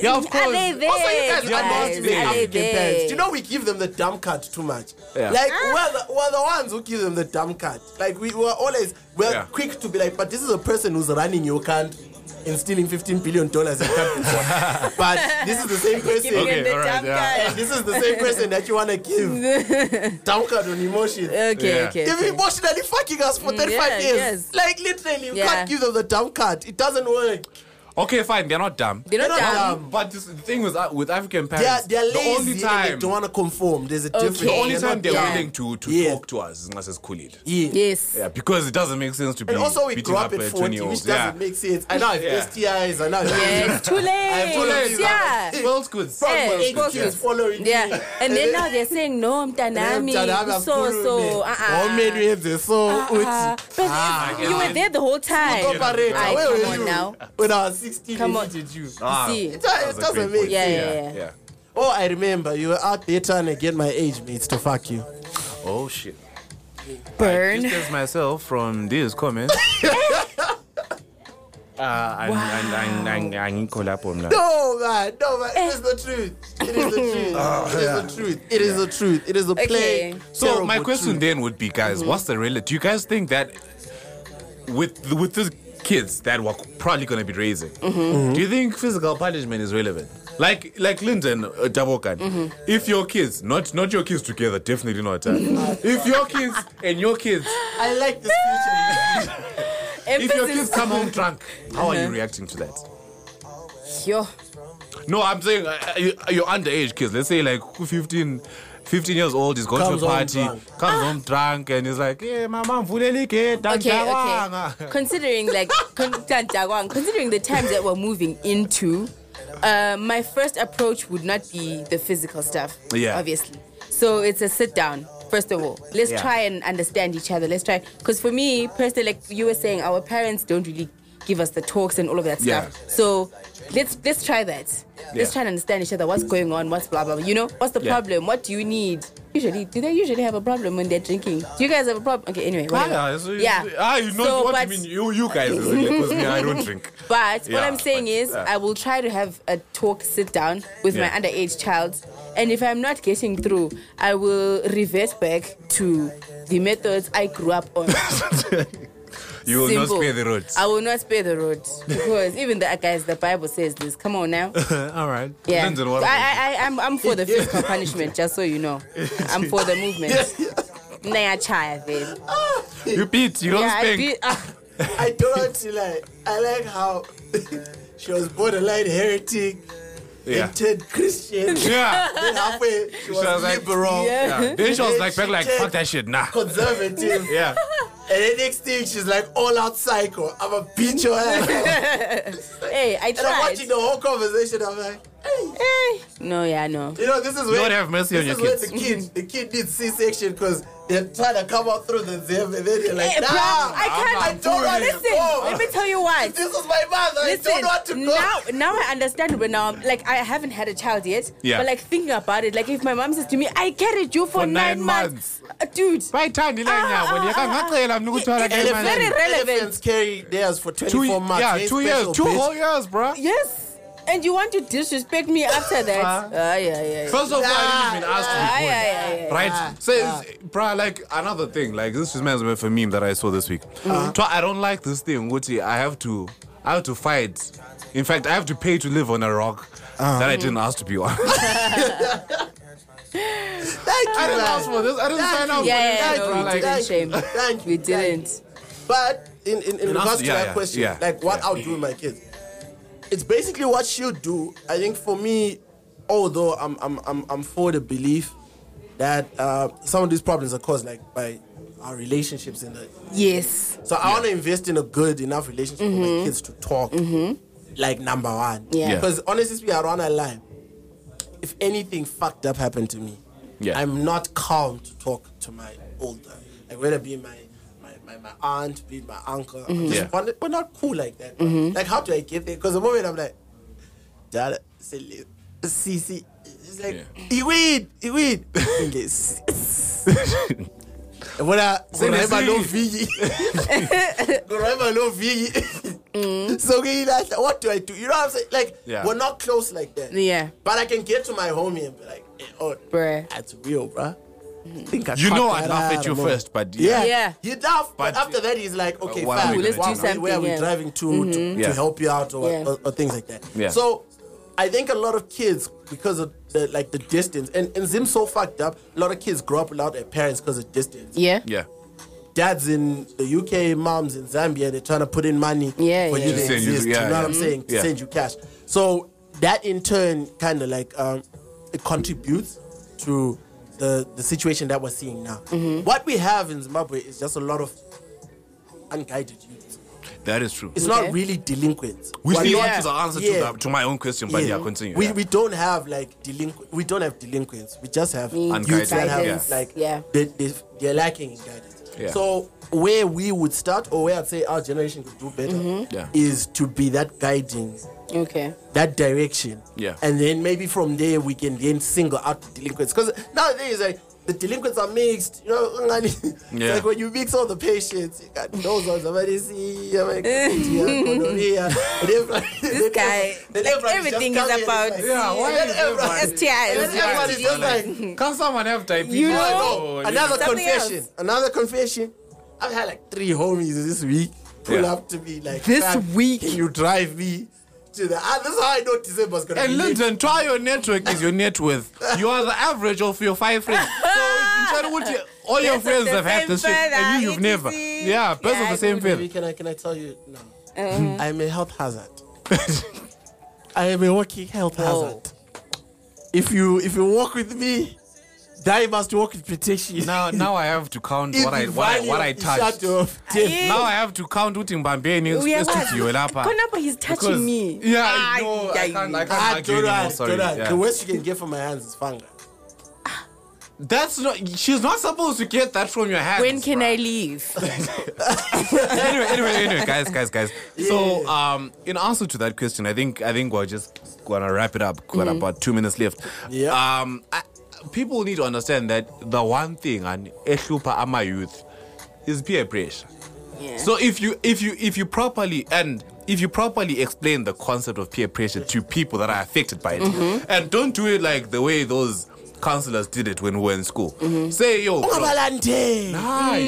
[SPEAKER 1] Yeah, of
[SPEAKER 2] are
[SPEAKER 1] course.
[SPEAKER 2] they there?
[SPEAKER 3] Also, you guys
[SPEAKER 2] you
[SPEAKER 3] are not
[SPEAKER 2] guys?
[SPEAKER 1] there.
[SPEAKER 2] Are they
[SPEAKER 3] African parents.
[SPEAKER 2] there?
[SPEAKER 3] Do you know we give them the dumb cut too much?
[SPEAKER 1] Yeah.
[SPEAKER 3] Like
[SPEAKER 2] Ah.
[SPEAKER 3] we're, the, we're the ones who give them the dumb cut. Like we were always we're
[SPEAKER 1] Yeah.
[SPEAKER 3] quick to be like, but this is a person who's running your country. Instilling fifteen billion dollars in country, but this is the same person.
[SPEAKER 2] Giving
[SPEAKER 1] Okay,
[SPEAKER 2] them the
[SPEAKER 1] alright,
[SPEAKER 2] dumb
[SPEAKER 1] yeah.
[SPEAKER 2] guy.
[SPEAKER 3] And this is the same person that you want to give down card on emotions.
[SPEAKER 2] Okay,
[SPEAKER 1] Yeah.
[SPEAKER 2] okay.
[SPEAKER 3] They've
[SPEAKER 2] okay.
[SPEAKER 3] been emotionally fucking us for 35
[SPEAKER 2] yeah,
[SPEAKER 3] years.
[SPEAKER 2] yes.
[SPEAKER 3] Like, literally, you
[SPEAKER 2] Yeah.
[SPEAKER 3] can't give them the dumb card. It doesn't work.
[SPEAKER 1] Okay, fine, they're not dumb.
[SPEAKER 2] They're not
[SPEAKER 3] They're not
[SPEAKER 2] dumb.
[SPEAKER 3] dumb.
[SPEAKER 1] But this, the thing with uh, with African
[SPEAKER 3] They are,
[SPEAKER 1] parents,
[SPEAKER 3] they are lazy
[SPEAKER 1] the only
[SPEAKER 3] and they
[SPEAKER 1] time,
[SPEAKER 3] don't want to conform. There's a
[SPEAKER 2] Okay.
[SPEAKER 3] difference.
[SPEAKER 1] the only
[SPEAKER 2] They're
[SPEAKER 1] time
[SPEAKER 3] not
[SPEAKER 1] they're
[SPEAKER 2] dumb.
[SPEAKER 1] willing to to
[SPEAKER 3] Yeah.
[SPEAKER 1] talk to us is unless it's Kulile.
[SPEAKER 3] Yeah.
[SPEAKER 2] Yes.
[SPEAKER 1] Yeah, because it doesn't make sense to be
[SPEAKER 3] And also, we
[SPEAKER 1] beating
[SPEAKER 3] grew up
[SPEAKER 1] up
[SPEAKER 3] at
[SPEAKER 1] a
[SPEAKER 3] 40,
[SPEAKER 1] twenty
[SPEAKER 3] which
[SPEAKER 1] year old.
[SPEAKER 3] doesn't
[SPEAKER 1] Yeah.
[SPEAKER 3] make sense. I now have
[SPEAKER 1] Yeah.
[SPEAKER 3] STIs. I now have
[SPEAKER 2] Yeah, it's too late.
[SPEAKER 3] have two legs.
[SPEAKER 2] Yeah.
[SPEAKER 3] Yeah.
[SPEAKER 1] World's good.
[SPEAKER 2] Yeah,
[SPEAKER 3] Eight
[SPEAKER 2] focus.
[SPEAKER 3] kids following me.
[SPEAKER 2] Yeah, and then now they're saying no, mtanami, so so. Uh-uh. Uh-uh. But
[SPEAKER 3] Ah,
[SPEAKER 2] you were there the whole time.
[SPEAKER 3] Operator,
[SPEAKER 2] Aye,
[SPEAKER 3] where
[SPEAKER 2] come
[SPEAKER 3] were
[SPEAKER 2] on
[SPEAKER 3] you
[SPEAKER 2] now.
[SPEAKER 3] When I was 16,
[SPEAKER 2] Come
[SPEAKER 3] you
[SPEAKER 2] on.
[SPEAKER 3] did you?
[SPEAKER 1] Ah,
[SPEAKER 2] See.
[SPEAKER 3] It does-
[SPEAKER 1] that was a
[SPEAKER 3] doesn't
[SPEAKER 1] great
[SPEAKER 3] make
[SPEAKER 1] point.
[SPEAKER 2] Yeah, yeah, yeah.
[SPEAKER 1] yeah.
[SPEAKER 3] Oh, I remember you were out there trying to get my age mates to fuck you.
[SPEAKER 1] Oh shit.
[SPEAKER 2] Burn.
[SPEAKER 1] distance myself from these comments. Uh, and, and, and, and, and lapho mna.
[SPEAKER 3] No, man, no, man. It is the truth. It is the truth.
[SPEAKER 1] Oh,
[SPEAKER 3] It is the truth. It is the truth. It is the
[SPEAKER 2] Okay.
[SPEAKER 3] plain.
[SPEAKER 1] So
[SPEAKER 3] terrible
[SPEAKER 1] my question
[SPEAKER 3] truth.
[SPEAKER 1] then would be, guys, what's the real? Do you guys think that with with these kids that we're probably going to be raising,
[SPEAKER 3] Mm-hmm.
[SPEAKER 1] do you think physical punishment is relevant? Like like Lyndon uh, Dabokan,
[SPEAKER 3] Mm-hmm.
[SPEAKER 1] if your kids, not not your kids together, definitely not. uh,
[SPEAKER 3] Mm-hmm.
[SPEAKER 1] if your kids and your kids,
[SPEAKER 3] I like this future.
[SPEAKER 1] if your kids
[SPEAKER 2] Emphasis.
[SPEAKER 1] come home drunk, how are you
[SPEAKER 3] Uh-huh.
[SPEAKER 1] reacting to that?
[SPEAKER 2] Yo.
[SPEAKER 1] No, I'm saying uh, uh, you- your underage kids, let's say like 15, 15 years old, is going
[SPEAKER 3] Comes
[SPEAKER 1] to a
[SPEAKER 3] home
[SPEAKER 1] party,
[SPEAKER 3] drunk.
[SPEAKER 1] comes home drunk, and he's like, "Eh, yeah, mama, mvuleli gate,
[SPEAKER 2] Okay,
[SPEAKER 1] dangdawanga."
[SPEAKER 2] okay. Considering like con- Tanjawang, considering the times that we're moving into, uh, my first approach would not be the physical stuff.
[SPEAKER 1] Yeah.
[SPEAKER 2] Obviously. So it's a sit down. First of all, let's
[SPEAKER 1] Yeah.
[SPEAKER 2] try and understand each other. Let's try because for me personally, like you were saying, our parents don't really give us the talks and all of that
[SPEAKER 1] Yeah.
[SPEAKER 2] stuff. So let's let's try that.
[SPEAKER 1] Yeah.
[SPEAKER 2] Let's try and understand each other. What's going on? What's blah blah. blah. You know, what's the
[SPEAKER 1] Yeah.
[SPEAKER 2] problem? What do you need? Usually, do they usually have a problem when they're drinking? Do you guys have a problem? Okay, anyway.
[SPEAKER 1] Ah,
[SPEAKER 2] whatever.
[SPEAKER 1] yeah, so you-
[SPEAKER 2] yeah.
[SPEAKER 1] Ah, you know
[SPEAKER 2] So,
[SPEAKER 1] what I
[SPEAKER 2] but-
[SPEAKER 1] mean. You, you guys, because me, I don't drink.
[SPEAKER 2] But what
[SPEAKER 1] Yeah,
[SPEAKER 2] I'm saying
[SPEAKER 1] but,
[SPEAKER 2] is,
[SPEAKER 1] uh,
[SPEAKER 2] I will try to have a talk, sit down with
[SPEAKER 1] Yeah.
[SPEAKER 2] my underage child, and if I'm not getting through, I will revert back to the methods I grew up on.
[SPEAKER 1] You will not
[SPEAKER 2] Simple.
[SPEAKER 1] spare the rods.
[SPEAKER 2] I will not spare the road because even the guys, the Bible says this. Come on now.
[SPEAKER 1] All right.
[SPEAKER 2] Um, Yeah.
[SPEAKER 1] Depends
[SPEAKER 2] I,
[SPEAKER 1] on what-
[SPEAKER 2] I, I, I'm, I'm for the physical punishment, just so you know. I'm for the movement. Naya chaya, babe.
[SPEAKER 3] Ah,
[SPEAKER 1] you beat. You don't
[SPEAKER 2] Yeah, I
[SPEAKER 1] spank.
[SPEAKER 2] be, ah,
[SPEAKER 3] I don't like. I like how she was borderline heretic,
[SPEAKER 1] Yeah.
[SPEAKER 3] intent Christian.
[SPEAKER 1] Yeah.
[SPEAKER 3] Then halfway she was,
[SPEAKER 1] was like-
[SPEAKER 3] liberal,
[SPEAKER 2] yeah.
[SPEAKER 1] yeah. Then she was
[SPEAKER 3] Then
[SPEAKER 1] like,
[SPEAKER 3] she
[SPEAKER 1] back like,
[SPEAKER 3] came-
[SPEAKER 1] fuck that shit. Nah.
[SPEAKER 3] conservative.
[SPEAKER 1] Yeah.
[SPEAKER 3] And the next thing, she's like all out psycho. I'm a beat your ass.
[SPEAKER 2] Hey, I
[SPEAKER 3] and I'm
[SPEAKER 2] tried.
[SPEAKER 3] watching the whole conversation. I'm like,
[SPEAKER 2] Eh. No, yeah, no.
[SPEAKER 3] you know, this is where
[SPEAKER 1] Lord have mercy on
[SPEAKER 3] this
[SPEAKER 1] your
[SPEAKER 3] is Where the kid, the kid needs C-section because they're trying to come out through the zeb, and then they're like,
[SPEAKER 2] Eh,
[SPEAKER 3] nah,
[SPEAKER 2] bruh, I
[SPEAKER 1] Ah.
[SPEAKER 2] can't.
[SPEAKER 3] I don't want to
[SPEAKER 2] listen.
[SPEAKER 3] go.
[SPEAKER 2] Let me tell you why.
[SPEAKER 3] This is my mother.
[SPEAKER 2] Listen,
[SPEAKER 3] I don't want to go.
[SPEAKER 2] now now I understand but now I'm like I haven't had a child yet.
[SPEAKER 1] Yeah.
[SPEAKER 2] But like thinking about it, like if my mom says to me, I carried you for,
[SPEAKER 1] For nine
[SPEAKER 2] Uh, dude.
[SPEAKER 1] bayithandile
[SPEAKER 2] Ah,
[SPEAKER 1] nyabo
[SPEAKER 2] ah,
[SPEAKER 1] ndiyakangacela mna ukuthola
[SPEAKER 2] It's
[SPEAKER 1] ke
[SPEAKER 2] very
[SPEAKER 1] manje.
[SPEAKER 2] relevant.
[SPEAKER 3] Elephants carry theirs for 24
[SPEAKER 1] Two,
[SPEAKER 3] months.
[SPEAKER 1] yeah,
[SPEAKER 3] Ain't
[SPEAKER 1] two
[SPEAKER 3] special,
[SPEAKER 1] years, two
[SPEAKER 3] bitch.
[SPEAKER 1] whole years, bro.
[SPEAKER 2] Yes. And you want to disrespect me after that?
[SPEAKER 1] Ah.
[SPEAKER 3] Uh-huh.
[SPEAKER 2] Ah, yeah, yeah. yeah.
[SPEAKER 1] First of all, I didn't even ask
[SPEAKER 2] Ah,
[SPEAKER 1] you.
[SPEAKER 2] yeah, yeah, yeah, yeah.
[SPEAKER 1] Right, so it's- bruh, like another thing, like this reminds me of a meme that I saw this week. Twa- I don't like this thing, Wuti. I have to, I have to fight. In fact, I have to pay to live on a rock that I didn't ask to be on.
[SPEAKER 3] Thank you,
[SPEAKER 1] I didn't
[SPEAKER 3] man.
[SPEAKER 1] ask for this. I didn't
[SPEAKER 3] Thank
[SPEAKER 1] sign
[SPEAKER 3] you.
[SPEAKER 1] up.
[SPEAKER 2] Yeah, yeah,
[SPEAKER 1] for this,
[SPEAKER 3] Thank
[SPEAKER 2] yeah, no,
[SPEAKER 1] bruh,
[SPEAKER 2] we
[SPEAKER 3] you,
[SPEAKER 1] like-
[SPEAKER 2] didn't
[SPEAKER 3] thank
[SPEAKER 2] shame.
[SPEAKER 3] you, Thank you.
[SPEAKER 2] We
[SPEAKER 3] thank you.
[SPEAKER 2] didn't.
[SPEAKER 3] But in, in, in regards to
[SPEAKER 1] yeah,
[SPEAKER 3] that
[SPEAKER 1] yeah,
[SPEAKER 3] question,
[SPEAKER 1] yeah,
[SPEAKER 3] like what
[SPEAKER 1] yeah.
[SPEAKER 3] I'll do with my kids, it's basically what she'll do. I think for me, although I'm I'm I'm, I'm for the belief that uh, some of these problems are caused like by our relationships in the
[SPEAKER 2] Yes.
[SPEAKER 3] so I want to invest in a good enough relationship with my kids to talk. Like number one,
[SPEAKER 2] Yeah. Yeah.
[SPEAKER 3] Because honestly, speaking, I don't wanna lie. If anything fucked up happened to me,
[SPEAKER 1] Yeah.
[SPEAKER 3] I'm not calm to talk to my older. Like whether it be my my, my, my aunt, be it my uncle, I'm just
[SPEAKER 1] Mm-hmm. Yeah.
[SPEAKER 3] wonder- we're not cool like that. Like how do I get there? Because the moment I'm like, Dad, silly, CC, it's like
[SPEAKER 1] Yeah.
[SPEAKER 3] he win, he win. When I kuraiba
[SPEAKER 1] silly.
[SPEAKER 3] no viki, kuraiba no viki. So okay, that's- what do I do? You know what I'm saying? Like
[SPEAKER 1] Mm. Yeah.
[SPEAKER 3] we're not close like that.
[SPEAKER 2] Yeah.
[SPEAKER 3] But I can get to my homie and be like, eh, oh,
[SPEAKER 2] Bruh.
[SPEAKER 3] that's real, bruh. I think I
[SPEAKER 1] Mm-hmm. You know
[SPEAKER 3] caught
[SPEAKER 1] I
[SPEAKER 3] that
[SPEAKER 1] laugh
[SPEAKER 3] out
[SPEAKER 1] at you
[SPEAKER 3] of nowhere.
[SPEAKER 1] first, but
[SPEAKER 3] Yeah.
[SPEAKER 2] Yeah.
[SPEAKER 3] You laugh, but,
[SPEAKER 1] But- Uh,
[SPEAKER 3] after that he's like, okay,
[SPEAKER 1] what are
[SPEAKER 3] fine,
[SPEAKER 1] we
[SPEAKER 2] Let's
[SPEAKER 1] gonna
[SPEAKER 3] where-
[SPEAKER 2] do
[SPEAKER 3] where are we
[SPEAKER 2] something, yeah.
[SPEAKER 3] driving to to,
[SPEAKER 1] Mm-hmm. Yeah.
[SPEAKER 3] to help you out or,
[SPEAKER 2] Yeah.
[SPEAKER 3] or, or things like that.
[SPEAKER 1] Yeah.
[SPEAKER 3] So I think a lot of kids, because of the, like the distance, and, and Zim's so fucked up, a lot of kids grow up without their parents because of distance
[SPEAKER 2] Yeah.
[SPEAKER 1] yeah,
[SPEAKER 3] dads in the UK, moms in Zambia, they're trying to put in money
[SPEAKER 2] Yeah,
[SPEAKER 3] for
[SPEAKER 2] yeah,
[SPEAKER 3] you to
[SPEAKER 2] yeah.
[SPEAKER 1] To send you-
[SPEAKER 3] exist.
[SPEAKER 1] yeah,
[SPEAKER 3] you know what
[SPEAKER 1] yeah.
[SPEAKER 3] I'm saying? To
[SPEAKER 1] Yeah.
[SPEAKER 3] send you cash. So that in turn kind of like um, it contributes to the the situation that we're seeing now.
[SPEAKER 2] Mm-hmm.
[SPEAKER 3] What we have in Zimbabwe is just a lot of unguided youth.
[SPEAKER 1] that is true.
[SPEAKER 3] It's
[SPEAKER 2] Okay.
[SPEAKER 3] not really delinquent.
[SPEAKER 1] Which
[SPEAKER 3] We're
[SPEAKER 1] leads
[SPEAKER 3] not-
[SPEAKER 1] on to the answer to,
[SPEAKER 3] Yeah.
[SPEAKER 1] the, to my own question, but yeah,
[SPEAKER 3] yeah.
[SPEAKER 1] continue.
[SPEAKER 3] We,
[SPEAKER 1] yeah.
[SPEAKER 3] we don't have like delinquent. We don't have delinquents. We just have
[SPEAKER 2] Need
[SPEAKER 3] youths that have
[SPEAKER 1] Guidance,
[SPEAKER 2] yeah.
[SPEAKER 3] like
[SPEAKER 2] yeah.
[SPEAKER 3] they, they they're lacking in guidance.
[SPEAKER 1] Yeah.
[SPEAKER 3] So where we would start, or where I'd say our generation could do better,
[SPEAKER 1] Yeah.
[SPEAKER 3] is to be that guiding,
[SPEAKER 2] Okay.
[SPEAKER 3] that direction.
[SPEAKER 1] Yeah.
[SPEAKER 3] And then maybe from there we can then single out the delinquents because nowadays like. The delinquents are mixed, you know. It's
[SPEAKER 1] Yeah.
[SPEAKER 3] like when you mix all the patients, you got those ones, somebody see, I'm like, gonorrhea, gonorrhea, and everybody-
[SPEAKER 2] This guy,
[SPEAKER 3] then
[SPEAKER 2] like,
[SPEAKER 3] everybody just
[SPEAKER 2] everything
[SPEAKER 3] come
[SPEAKER 2] is
[SPEAKER 3] in, it's
[SPEAKER 2] about-
[SPEAKER 3] like-
[SPEAKER 1] Yeah, why
[SPEAKER 3] then
[SPEAKER 1] is
[SPEAKER 3] everybody-
[SPEAKER 2] STIs.
[SPEAKER 3] and then everybody's just like,
[SPEAKER 1] Can someone have diabetes?
[SPEAKER 2] You
[SPEAKER 3] Oh,
[SPEAKER 1] Oh,
[SPEAKER 3] no. another
[SPEAKER 2] Something
[SPEAKER 3] confession. Another confession. I've had like three homies this week pull
[SPEAKER 1] Yeah.
[SPEAKER 3] up to me like
[SPEAKER 2] This
[SPEAKER 3] "Fam,
[SPEAKER 2] week?"
[SPEAKER 3] Can you drive me to the? Ah, this is how I know December's gonna
[SPEAKER 1] And
[SPEAKER 3] be. lit.
[SPEAKER 1] listen, try your network is your net worth. You are the average of your five friends. So in what you- all your
[SPEAKER 2] Birds of
[SPEAKER 1] friends
[SPEAKER 2] the
[SPEAKER 1] have had
[SPEAKER 2] same
[SPEAKER 1] this shit, and
[SPEAKER 2] feather,
[SPEAKER 1] you you've
[SPEAKER 2] ETC.
[SPEAKER 1] never. Yeah, birds
[SPEAKER 2] Yeah,
[SPEAKER 1] of the same
[SPEAKER 3] Baby,
[SPEAKER 1] feather.
[SPEAKER 3] can I can I tell you? No,
[SPEAKER 2] Uh,
[SPEAKER 3] I'm a health hazard. I am a walking health hazard. If you if you walk with me, die must walk with protection.
[SPEAKER 1] Now, now I have to count
[SPEAKER 3] If
[SPEAKER 1] what I
[SPEAKER 3] the
[SPEAKER 1] what I,
[SPEAKER 3] value
[SPEAKER 1] what I
[SPEAKER 3] of the shadow
[SPEAKER 1] touched.
[SPEAKER 3] of death-
[SPEAKER 2] Yeah.
[SPEAKER 1] Now I have to count what in Bambini is
[SPEAKER 2] Oh, yeah, what?
[SPEAKER 1] to lapha.
[SPEAKER 2] Konapa, he's touching
[SPEAKER 1] ah. Because-
[SPEAKER 2] me.
[SPEAKER 1] Yeah,
[SPEAKER 2] Ah,
[SPEAKER 1] I know. I
[SPEAKER 2] yeah,
[SPEAKER 1] can't, I can't
[SPEAKER 3] Ah,
[SPEAKER 1] argue
[SPEAKER 3] don't
[SPEAKER 1] anymore.
[SPEAKER 3] ask,
[SPEAKER 1] Sorry.
[SPEAKER 3] don't ask.
[SPEAKER 1] yeah.
[SPEAKER 3] The worst you can get from my hands is fungi.
[SPEAKER 1] That's not. She's not supposed to get that from your hands.
[SPEAKER 2] When can
[SPEAKER 1] bruh.
[SPEAKER 2] I leave?
[SPEAKER 1] anyway, anyway, anyway, guys, guys, guys. So, um, in answer to that question, I think I think we're just gonna wrap it up. Got about two minutes left.
[SPEAKER 3] Yeah.
[SPEAKER 1] Um, I, people need to understand that the one thing and ehlupha ama youth is peer pressure.
[SPEAKER 2] Yeah.
[SPEAKER 1] So if you if you if you properly and if you properly explain the concept of peer pressure to people that are affected by it, and don't do it like the way those counselors did it when we were in school. Say, yo, bro,
[SPEAKER 3] Ungabalante.
[SPEAKER 1] hi.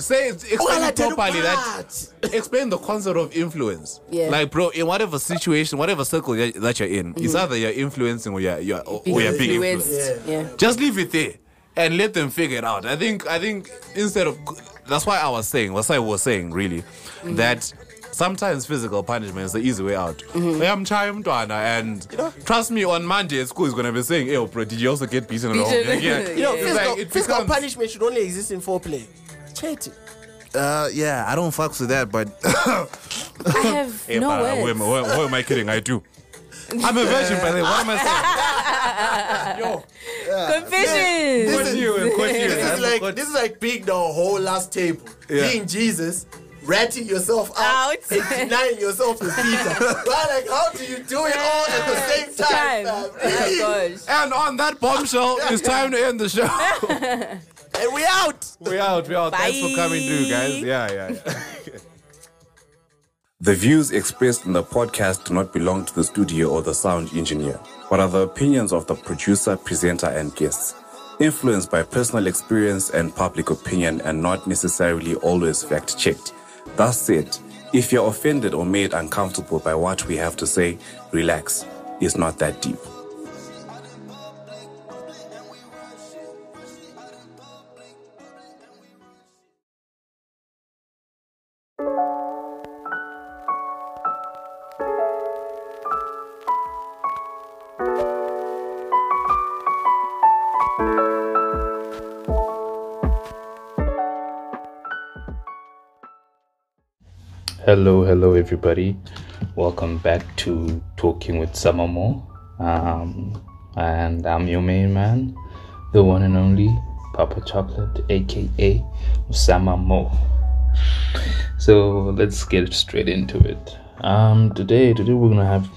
[SPEAKER 1] Say, it- explain it
[SPEAKER 3] Ungalatela
[SPEAKER 1] properly that.
[SPEAKER 3] uphathi.
[SPEAKER 1] Explain the concept of influence.
[SPEAKER 2] Yeah.
[SPEAKER 1] Like, bro, in whatever situation, whatever circle you- that you're in, it's either you're influencing or you're, you're, or
[SPEAKER 2] Being
[SPEAKER 1] you're being
[SPEAKER 2] influenced.
[SPEAKER 1] influenced.
[SPEAKER 2] Yeah. yeah.
[SPEAKER 1] Just leave it there and let them figure it out. I think I think instead of that's why I was saying, that's why I was saying really that sometimes physical punishment is the easy way out. Hey, I'm trying Mntwana, and trust me, on Monday at school is gonna be saying, "Hey, bro, did you also get beaten at home?"
[SPEAKER 2] Beaten.
[SPEAKER 1] Yeah,
[SPEAKER 2] You
[SPEAKER 3] You know,
[SPEAKER 1] It's
[SPEAKER 3] physical,
[SPEAKER 1] like it
[SPEAKER 3] physical
[SPEAKER 1] becomes-
[SPEAKER 3] punishment should only exist in foreplay. Cheating.
[SPEAKER 4] Uh, yeah, I don't fucks with that, but
[SPEAKER 2] I have
[SPEAKER 1] Hey,
[SPEAKER 2] no
[SPEAKER 1] but, uh,
[SPEAKER 2] words.
[SPEAKER 1] who am I- who- who am I kidding? I do. I'm a virgin, by the way. What am I saying? Yo,
[SPEAKER 2] Confessions.
[SPEAKER 4] This
[SPEAKER 1] question
[SPEAKER 4] is-
[SPEAKER 1] you, question you.
[SPEAKER 3] This
[SPEAKER 1] man.
[SPEAKER 3] is like this is like being the whole last table,
[SPEAKER 1] Yeah.
[SPEAKER 3] being Jesus, ratting yourself out,
[SPEAKER 2] Out.
[SPEAKER 3] and denying yourself as Peter. but like, how do you do it all at the same time?
[SPEAKER 2] Time.
[SPEAKER 3] fam?
[SPEAKER 2] Oh my gosh.
[SPEAKER 1] and on that bombshell, it's time to end the show.
[SPEAKER 3] and we out.
[SPEAKER 1] we out. We out. Thanks for coming through, guys.
[SPEAKER 2] Bye.
[SPEAKER 1] Yeah, yeah. The views expressed in the podcast do not belong to the studio or the sound engineer, but are the opinions of the producer, presenter, and guests, influenced by personal experience and public opinion and not necessarily always fact checked. That said, if you're offended or made uncomfortable by what we have to say, relax. It's not that deep.
[SPEAKER 5] Hello, hello, everybody. Welcome back to Talking with Samamo. Um, and I'm your main man, the one and only Papa Chocolate, aka Samamo. So let's get straight into it. Um, today, today we're gonna have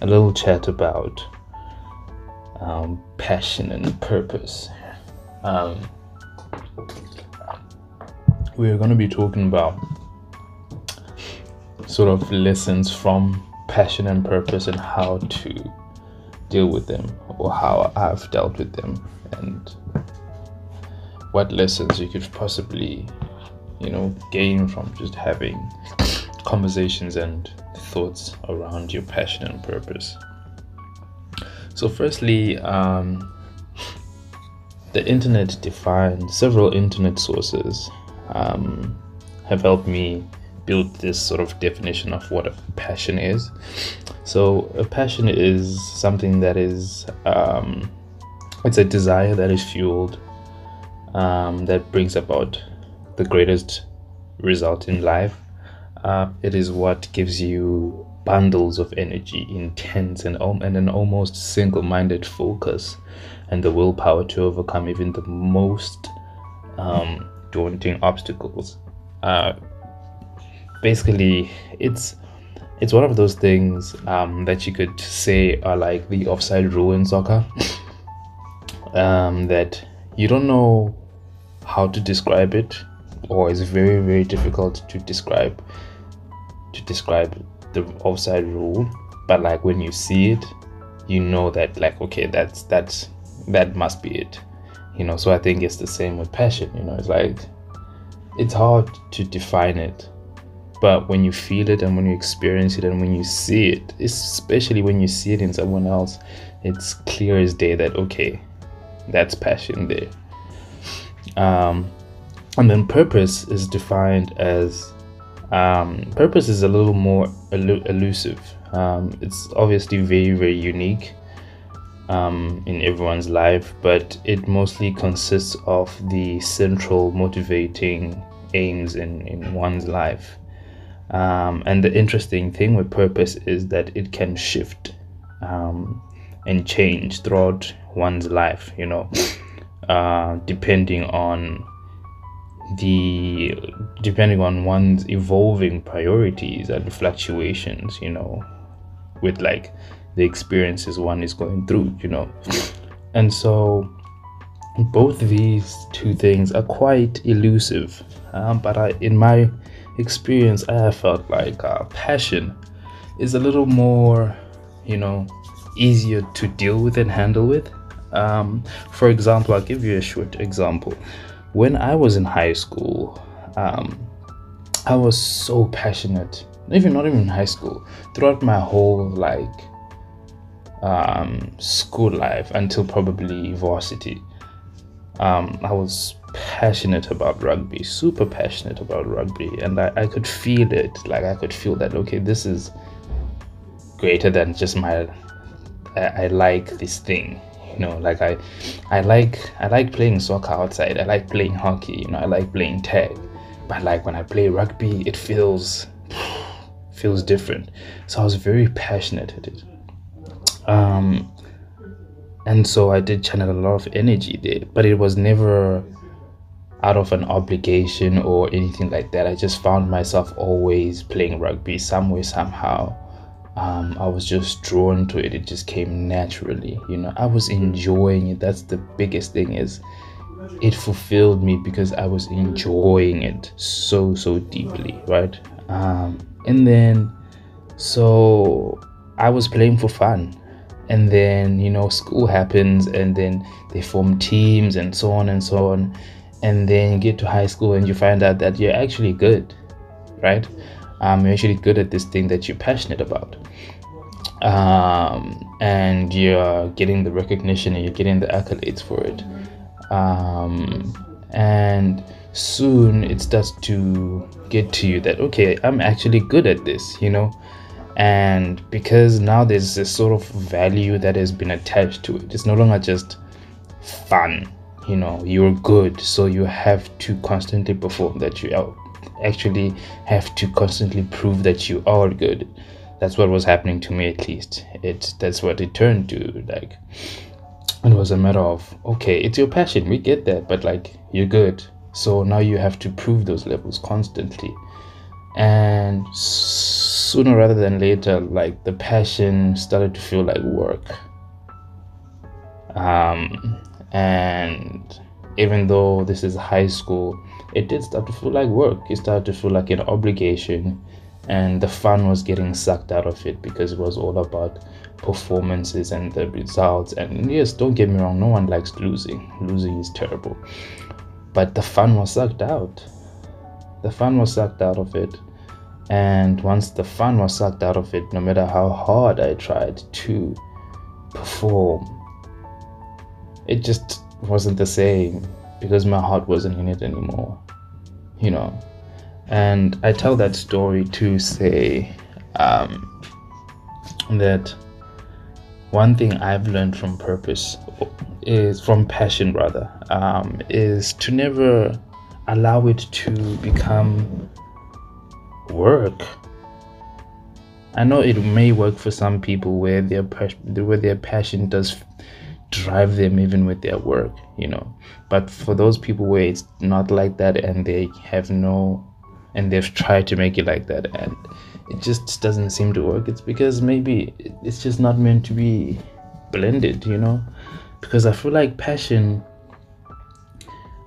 [SPEAKER 5] a little chat about um, passion and purpose. Um, we're gonna be talking about sort of lessons from passion and purpose and how to deal with them or how I've dealt with them and what lessons you could possibly you know gain from just having conversations and thoughts around your passion and purpose so firstly um, the internet defined several internet sources um, have helped me build this sort of definition of what a passion is so a passion is something that is um, it's a desire that is fueled um, that brings about the greatest result in life uh, it is what gives you bundles of energy intense and, al- and an almost single-minded focus and the willpower to overcome even the most um, daunting obstacles. Uh, basically, it's it's one of those things um, that you could say are like the offside rule in soccer. um, that you don't know how to describe it, or it's very very difficult to describe to describe the offside rule. But like when you see it, you know that like okay, that's that's that must be it you know so i think it's the same with passion you know it's like it's hard to define it but when you feel it and when you experience it and when you see it especially when you see it in someone else it's clear as day that okay that's passion there um and then purpose is defined as um, purpose is a little more elu- elusive um, it's obviously very very unique um, in everyone's life, but it mostly consists of the central motivating aims in, in one's life. Um, and the interesting thing with purpose is that it can shift um, and change throughout one's life, you know, uh, depending on the depending on one's evolving priorities and fluctuations, you know, with like the experiences one is going through, you know. And so both these two things are quite elusive, um, but I, in my experience, I have felt like uh, passion is a little more, you know, easier to deal with and handle with. Um, for example, I'll give you a short example. When I was in high school, um, I was so passionate. Even not even in high school, throughout my whole like um, school life until probably varsity, um, I was passionate about rugby, super passionate about rugby, and I, I could feel it. Like I could feel that okay, this is greater than just my I, I like this thing you know like i i like i like playing soccer outside i like playing hockey you know i like playing tag but like when i play rugby it feels feels different so i was very passionate at it um and so i did channel a lot of energy there but it was never out of an obligation or anything like that i just found myself always playing rugby some way somehow um, I was just drawn to it. It just came naturally. You know, I was enjoying it. That's the biggest thing is it fulfilled me because I was enjoying it so so deeply, right? Um, and then so I was playing for fun. And then, you know, school happens and then they form teams and so on and so on. And then you get to high school and you find out that you're actually good, right? um, you're actually good at this thing that you're passionate about um, and you're getting the recognition and you're getting the accolades for it um, and soon it starts to get to you that okay i'm actually good at this you know and because now there's this sort of value that has been attached to it it's no longer just fun you know you're good so you have to constantly perform that you are actually have to constantly prove that you are good. That's what was happening to me at least. It that's what it turned to like it was a matter of okay, it's your passion, we get that, but like you're good. So now you have to prove those levels constantly. And sooner rather than later, like the passion started to feel like work. Um and even though this is high school, it did start to feel like work. It started to feel like an obligation, and the fun was getting sucked out of it because it was all about performances and the results. And yes, don't get me wrong, no one likes losing. Losing is terrible. But the fun was sucked out. The fun was sucked out of it. And once the fun was sucked out of it, no matter how hard I tried to perform, it just wasn't the same because my heart wasn't in it anymore, you know. And I tell that story to say um, that one thing I've learned from purpose is from passion, rather, um, is to never allow it to become work. I know it may work for some people where their pas- where their passion does drive them even with their work, you know. But for those people where it's not like that and they have no, and they've tried to make it like that and it just doesn't seem to work, it's because maybe it's just not meant to be blended, you know. Because I feel like passion,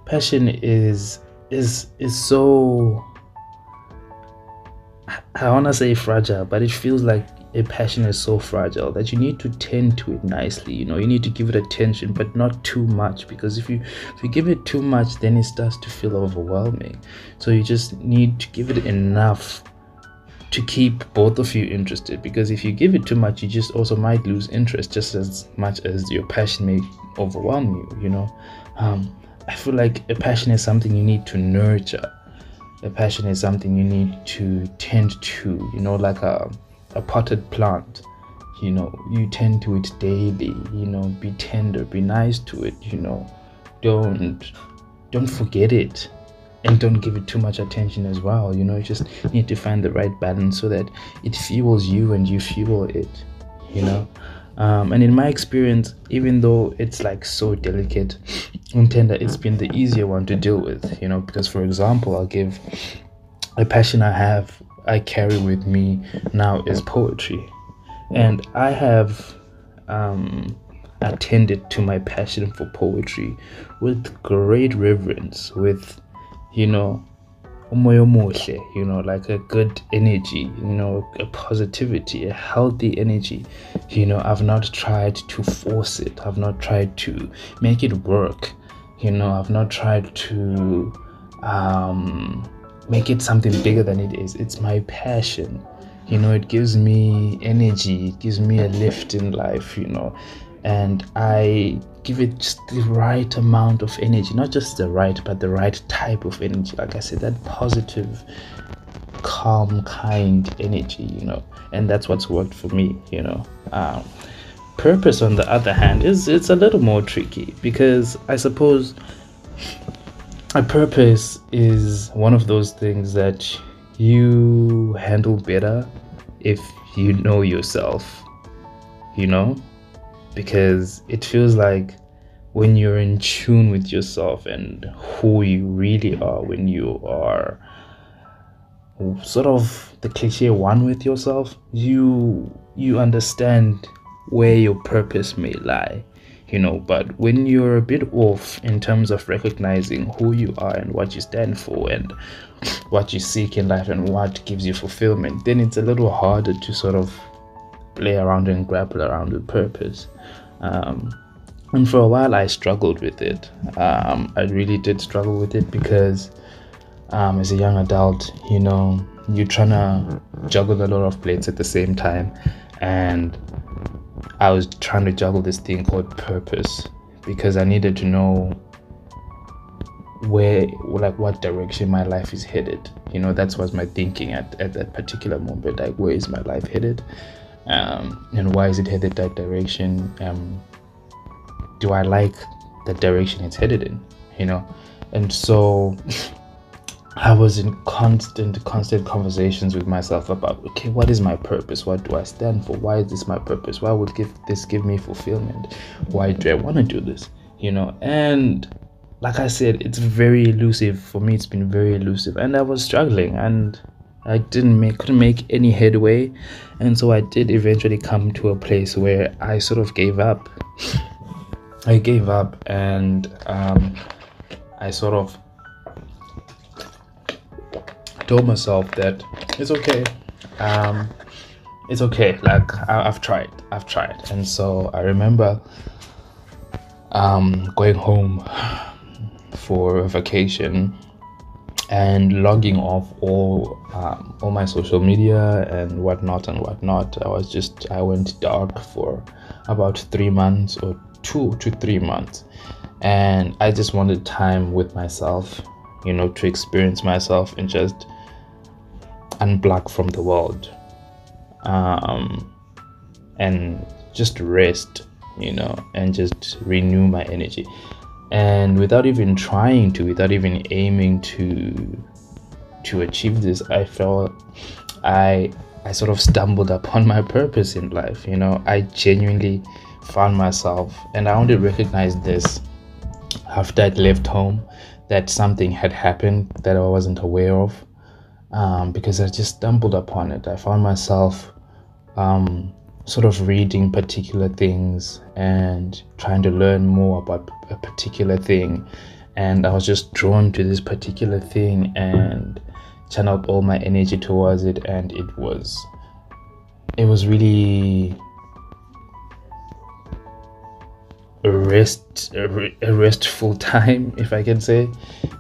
[SPEAKER 5] passion is is is so. I- I wanna say fragile, but it feels like a passion is so fragile that you need to tend to it nicely you know you need to give it attention but not too much because if you if you give it too much then it starts to feel overwhelming so you just need to give it enough to keep both of you interested because if you give it too much you just also might lose interest just as much as your passion may overwhelm you you know um, i feel like a passion is something you need to nurture a passion is something you need to tend to you know like a a potted plant you know you tend to it daily you know be tender be nice to it you know don't don't forget it and don't give it too much attention as well you know you just need to find the right balance so that it fuels you and you fuel it you know um, and in my experience even though it's like so delicate and tender it's been the easier one to deal with you know because for example i'll give a passion i have I carry with me now is poetry. And I have um, attended to my passion for poetry with great reverence, with, you know, umoya omuhle, you know, like a good energy, you know, a positivity, a healthy energy. You know, I've not tried to force it. I've not tried to make it work. You know, I've not tried to um, make it something bigger than it is. It's my passion. You know, it gives me energy, it gives me a lift in life, you know. And I give it just the right amount of energy, not just the right, but the right type of energy. Like I said, that positive, calm, kind energy, you know. And that's what's worked for me, you know. Um, purpose, on the other hand, is it's a little more tricky because I suppose a purpose is one of those things that you handle better if you know yourself, you know? Because it feels like when you're in tune with yourself and who you really are, when you are sort of the cliche one with yourself, you you understand where your purpose may lie you know but when you're a bit off in terms of recognizing who you are and what you stand for and what you seek in life and what gives you fulfillment then it's a little harder to sort of play around and grapple around with purpose um, and for a while i struggled with it um, i really did struggle with it because um, as a young adult you know you're trying to juggle a lot of plates at the same time and I was trying to juggle this thing called purpose because I needed to know where like what direction my life is headed. You know, that was my thinking at, at that particular moment. Like where is my life headed? Um, and why is it headed that direction? Um, do I like the direction it's headed in? You know? And so I was in constant, constant conversations with myself about okay, what is my purpose? What do I stand for? Why is this my purpose? Why would give this give me fulfillment? Why do I want to do this? You know, and like I said, it's very elusive for me. It's been very elusive, and I was struggling, and I didn't make couldn't make any headway, and so I did eventually come to a place where I sort of gave up. I gave up, and um, I sort of told myself that it's okay. Um, it's okay. Like I, I've tried. I've tried. And so I remember um, going home for a vacation and logging off all um, all my social media and whatnot and whatnot. I was just I went dark for about three months or two to three months, and I just wanted time with myself. You know, to experience myself and just unplug from the world um, and just rest, you know, and just renew my energy. And without even trying to, without even aiming to to achieve this, I felt I I sort of stumbled upon my purpose in life. You know, I genuinely found myself, and I only recognized this after I'd left home that something had happened that I wasn't aware of um, because I just stumbled upon it. I found myself um, sort of reading particular things and trying to learn more about a particular thing. And I was just drawn to this particular thing and channeled all my energy towards it. And it was, it was really a rest, a re- a restful time, if I can say,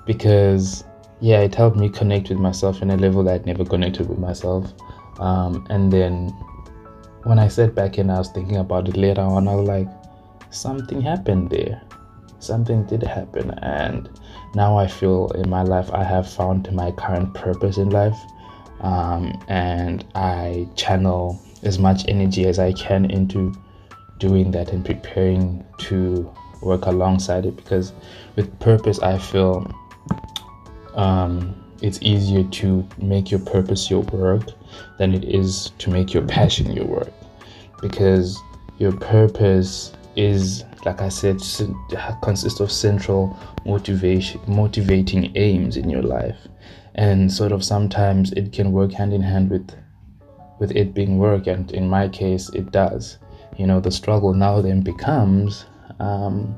[SPEAKER 5] because yeah, it helped me connect with myself in a level that I'd never connected with myself. Um, and then when I sat back and I was thinking about it later on, I was like, something happened there. Something did happen. And now I feel in my life I have found my current purpose in life. Um, and I channel as much energy as I can into doing that and preparing to work alongside it because with purpose, I feel um, it's easier to make your purpose your work than it is to make your passion your work because your purpose is like i said cen- consists of central motivation motivating aims in your life and sort of sometimes it can work hand in hand with with it being work and in my case it does you know the struggle now then becomes um,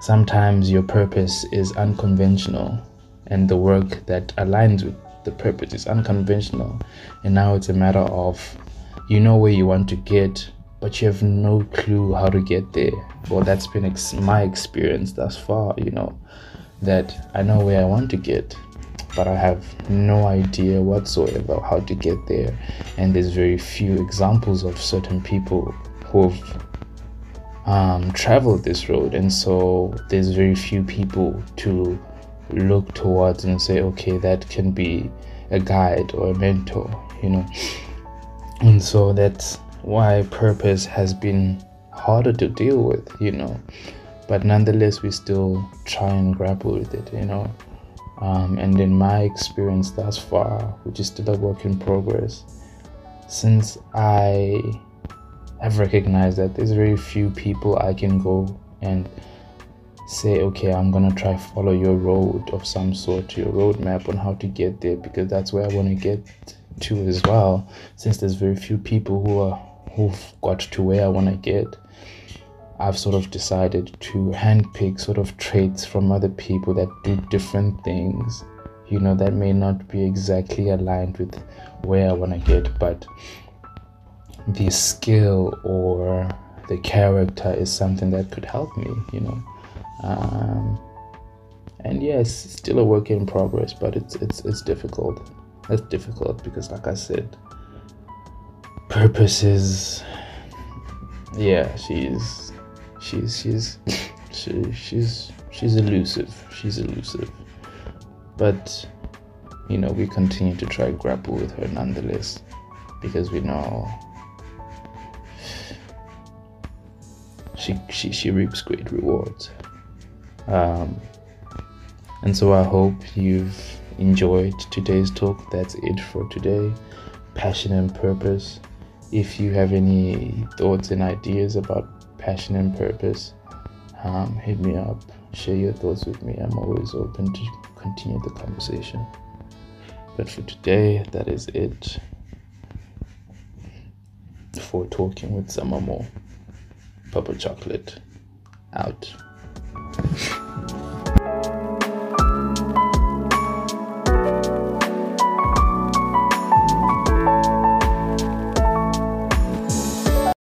[SPEAKER 5] sometimes your purpose is unconventional and the work that aligns with the purpose. It's unconventional. And now it's a matter of you know where you want to get, but you have no clue how to get there. Well, that's been ex- my experience thus far, you know, that I know where I want to get, but I have no idea whatsoever how to get there. And there's very few examples of certain people who have um, travel this road, and so there's very few people to look towards and say, okay, that can be a guide or a mentor, you know. And so that's why purpose has been harder to deal with, you know. But nonetheless, we still try and grapple with it, you know. Um, and in my experience thus far, which is still a work in progress, since I I've recognized that there's very few people I can go and say, okay, I'm gonna try follow your road of some sort, your roadmap on how to get there, because that's where I want to get to as well. Since there's very few people who are who've got to where I want to get, I've sort of decided to handpick sort of traits from other people that do different things, you know, that may not be exactly aligned with where I want to get, but the skill or the character is something that could help me, you know. Um, and yes, it's still a work in progress, but it's it's it's difficult. It's difficult because, like I said, purpose is. Yeah, she's she's she's she, she's she's elusive. She's elusive, but you know we continue to try grapple with her nonetheless because we know she she, she reaps great rewards um, and so i hope you've enjoyed today's talk that's it for today passion and purpose if you have any thoughts and ideas about passion and purpose um, hit me up share your thoughts with me i'm always open to continue the conversation but for today that is it for talking with Samamo. Papa Chocolate out.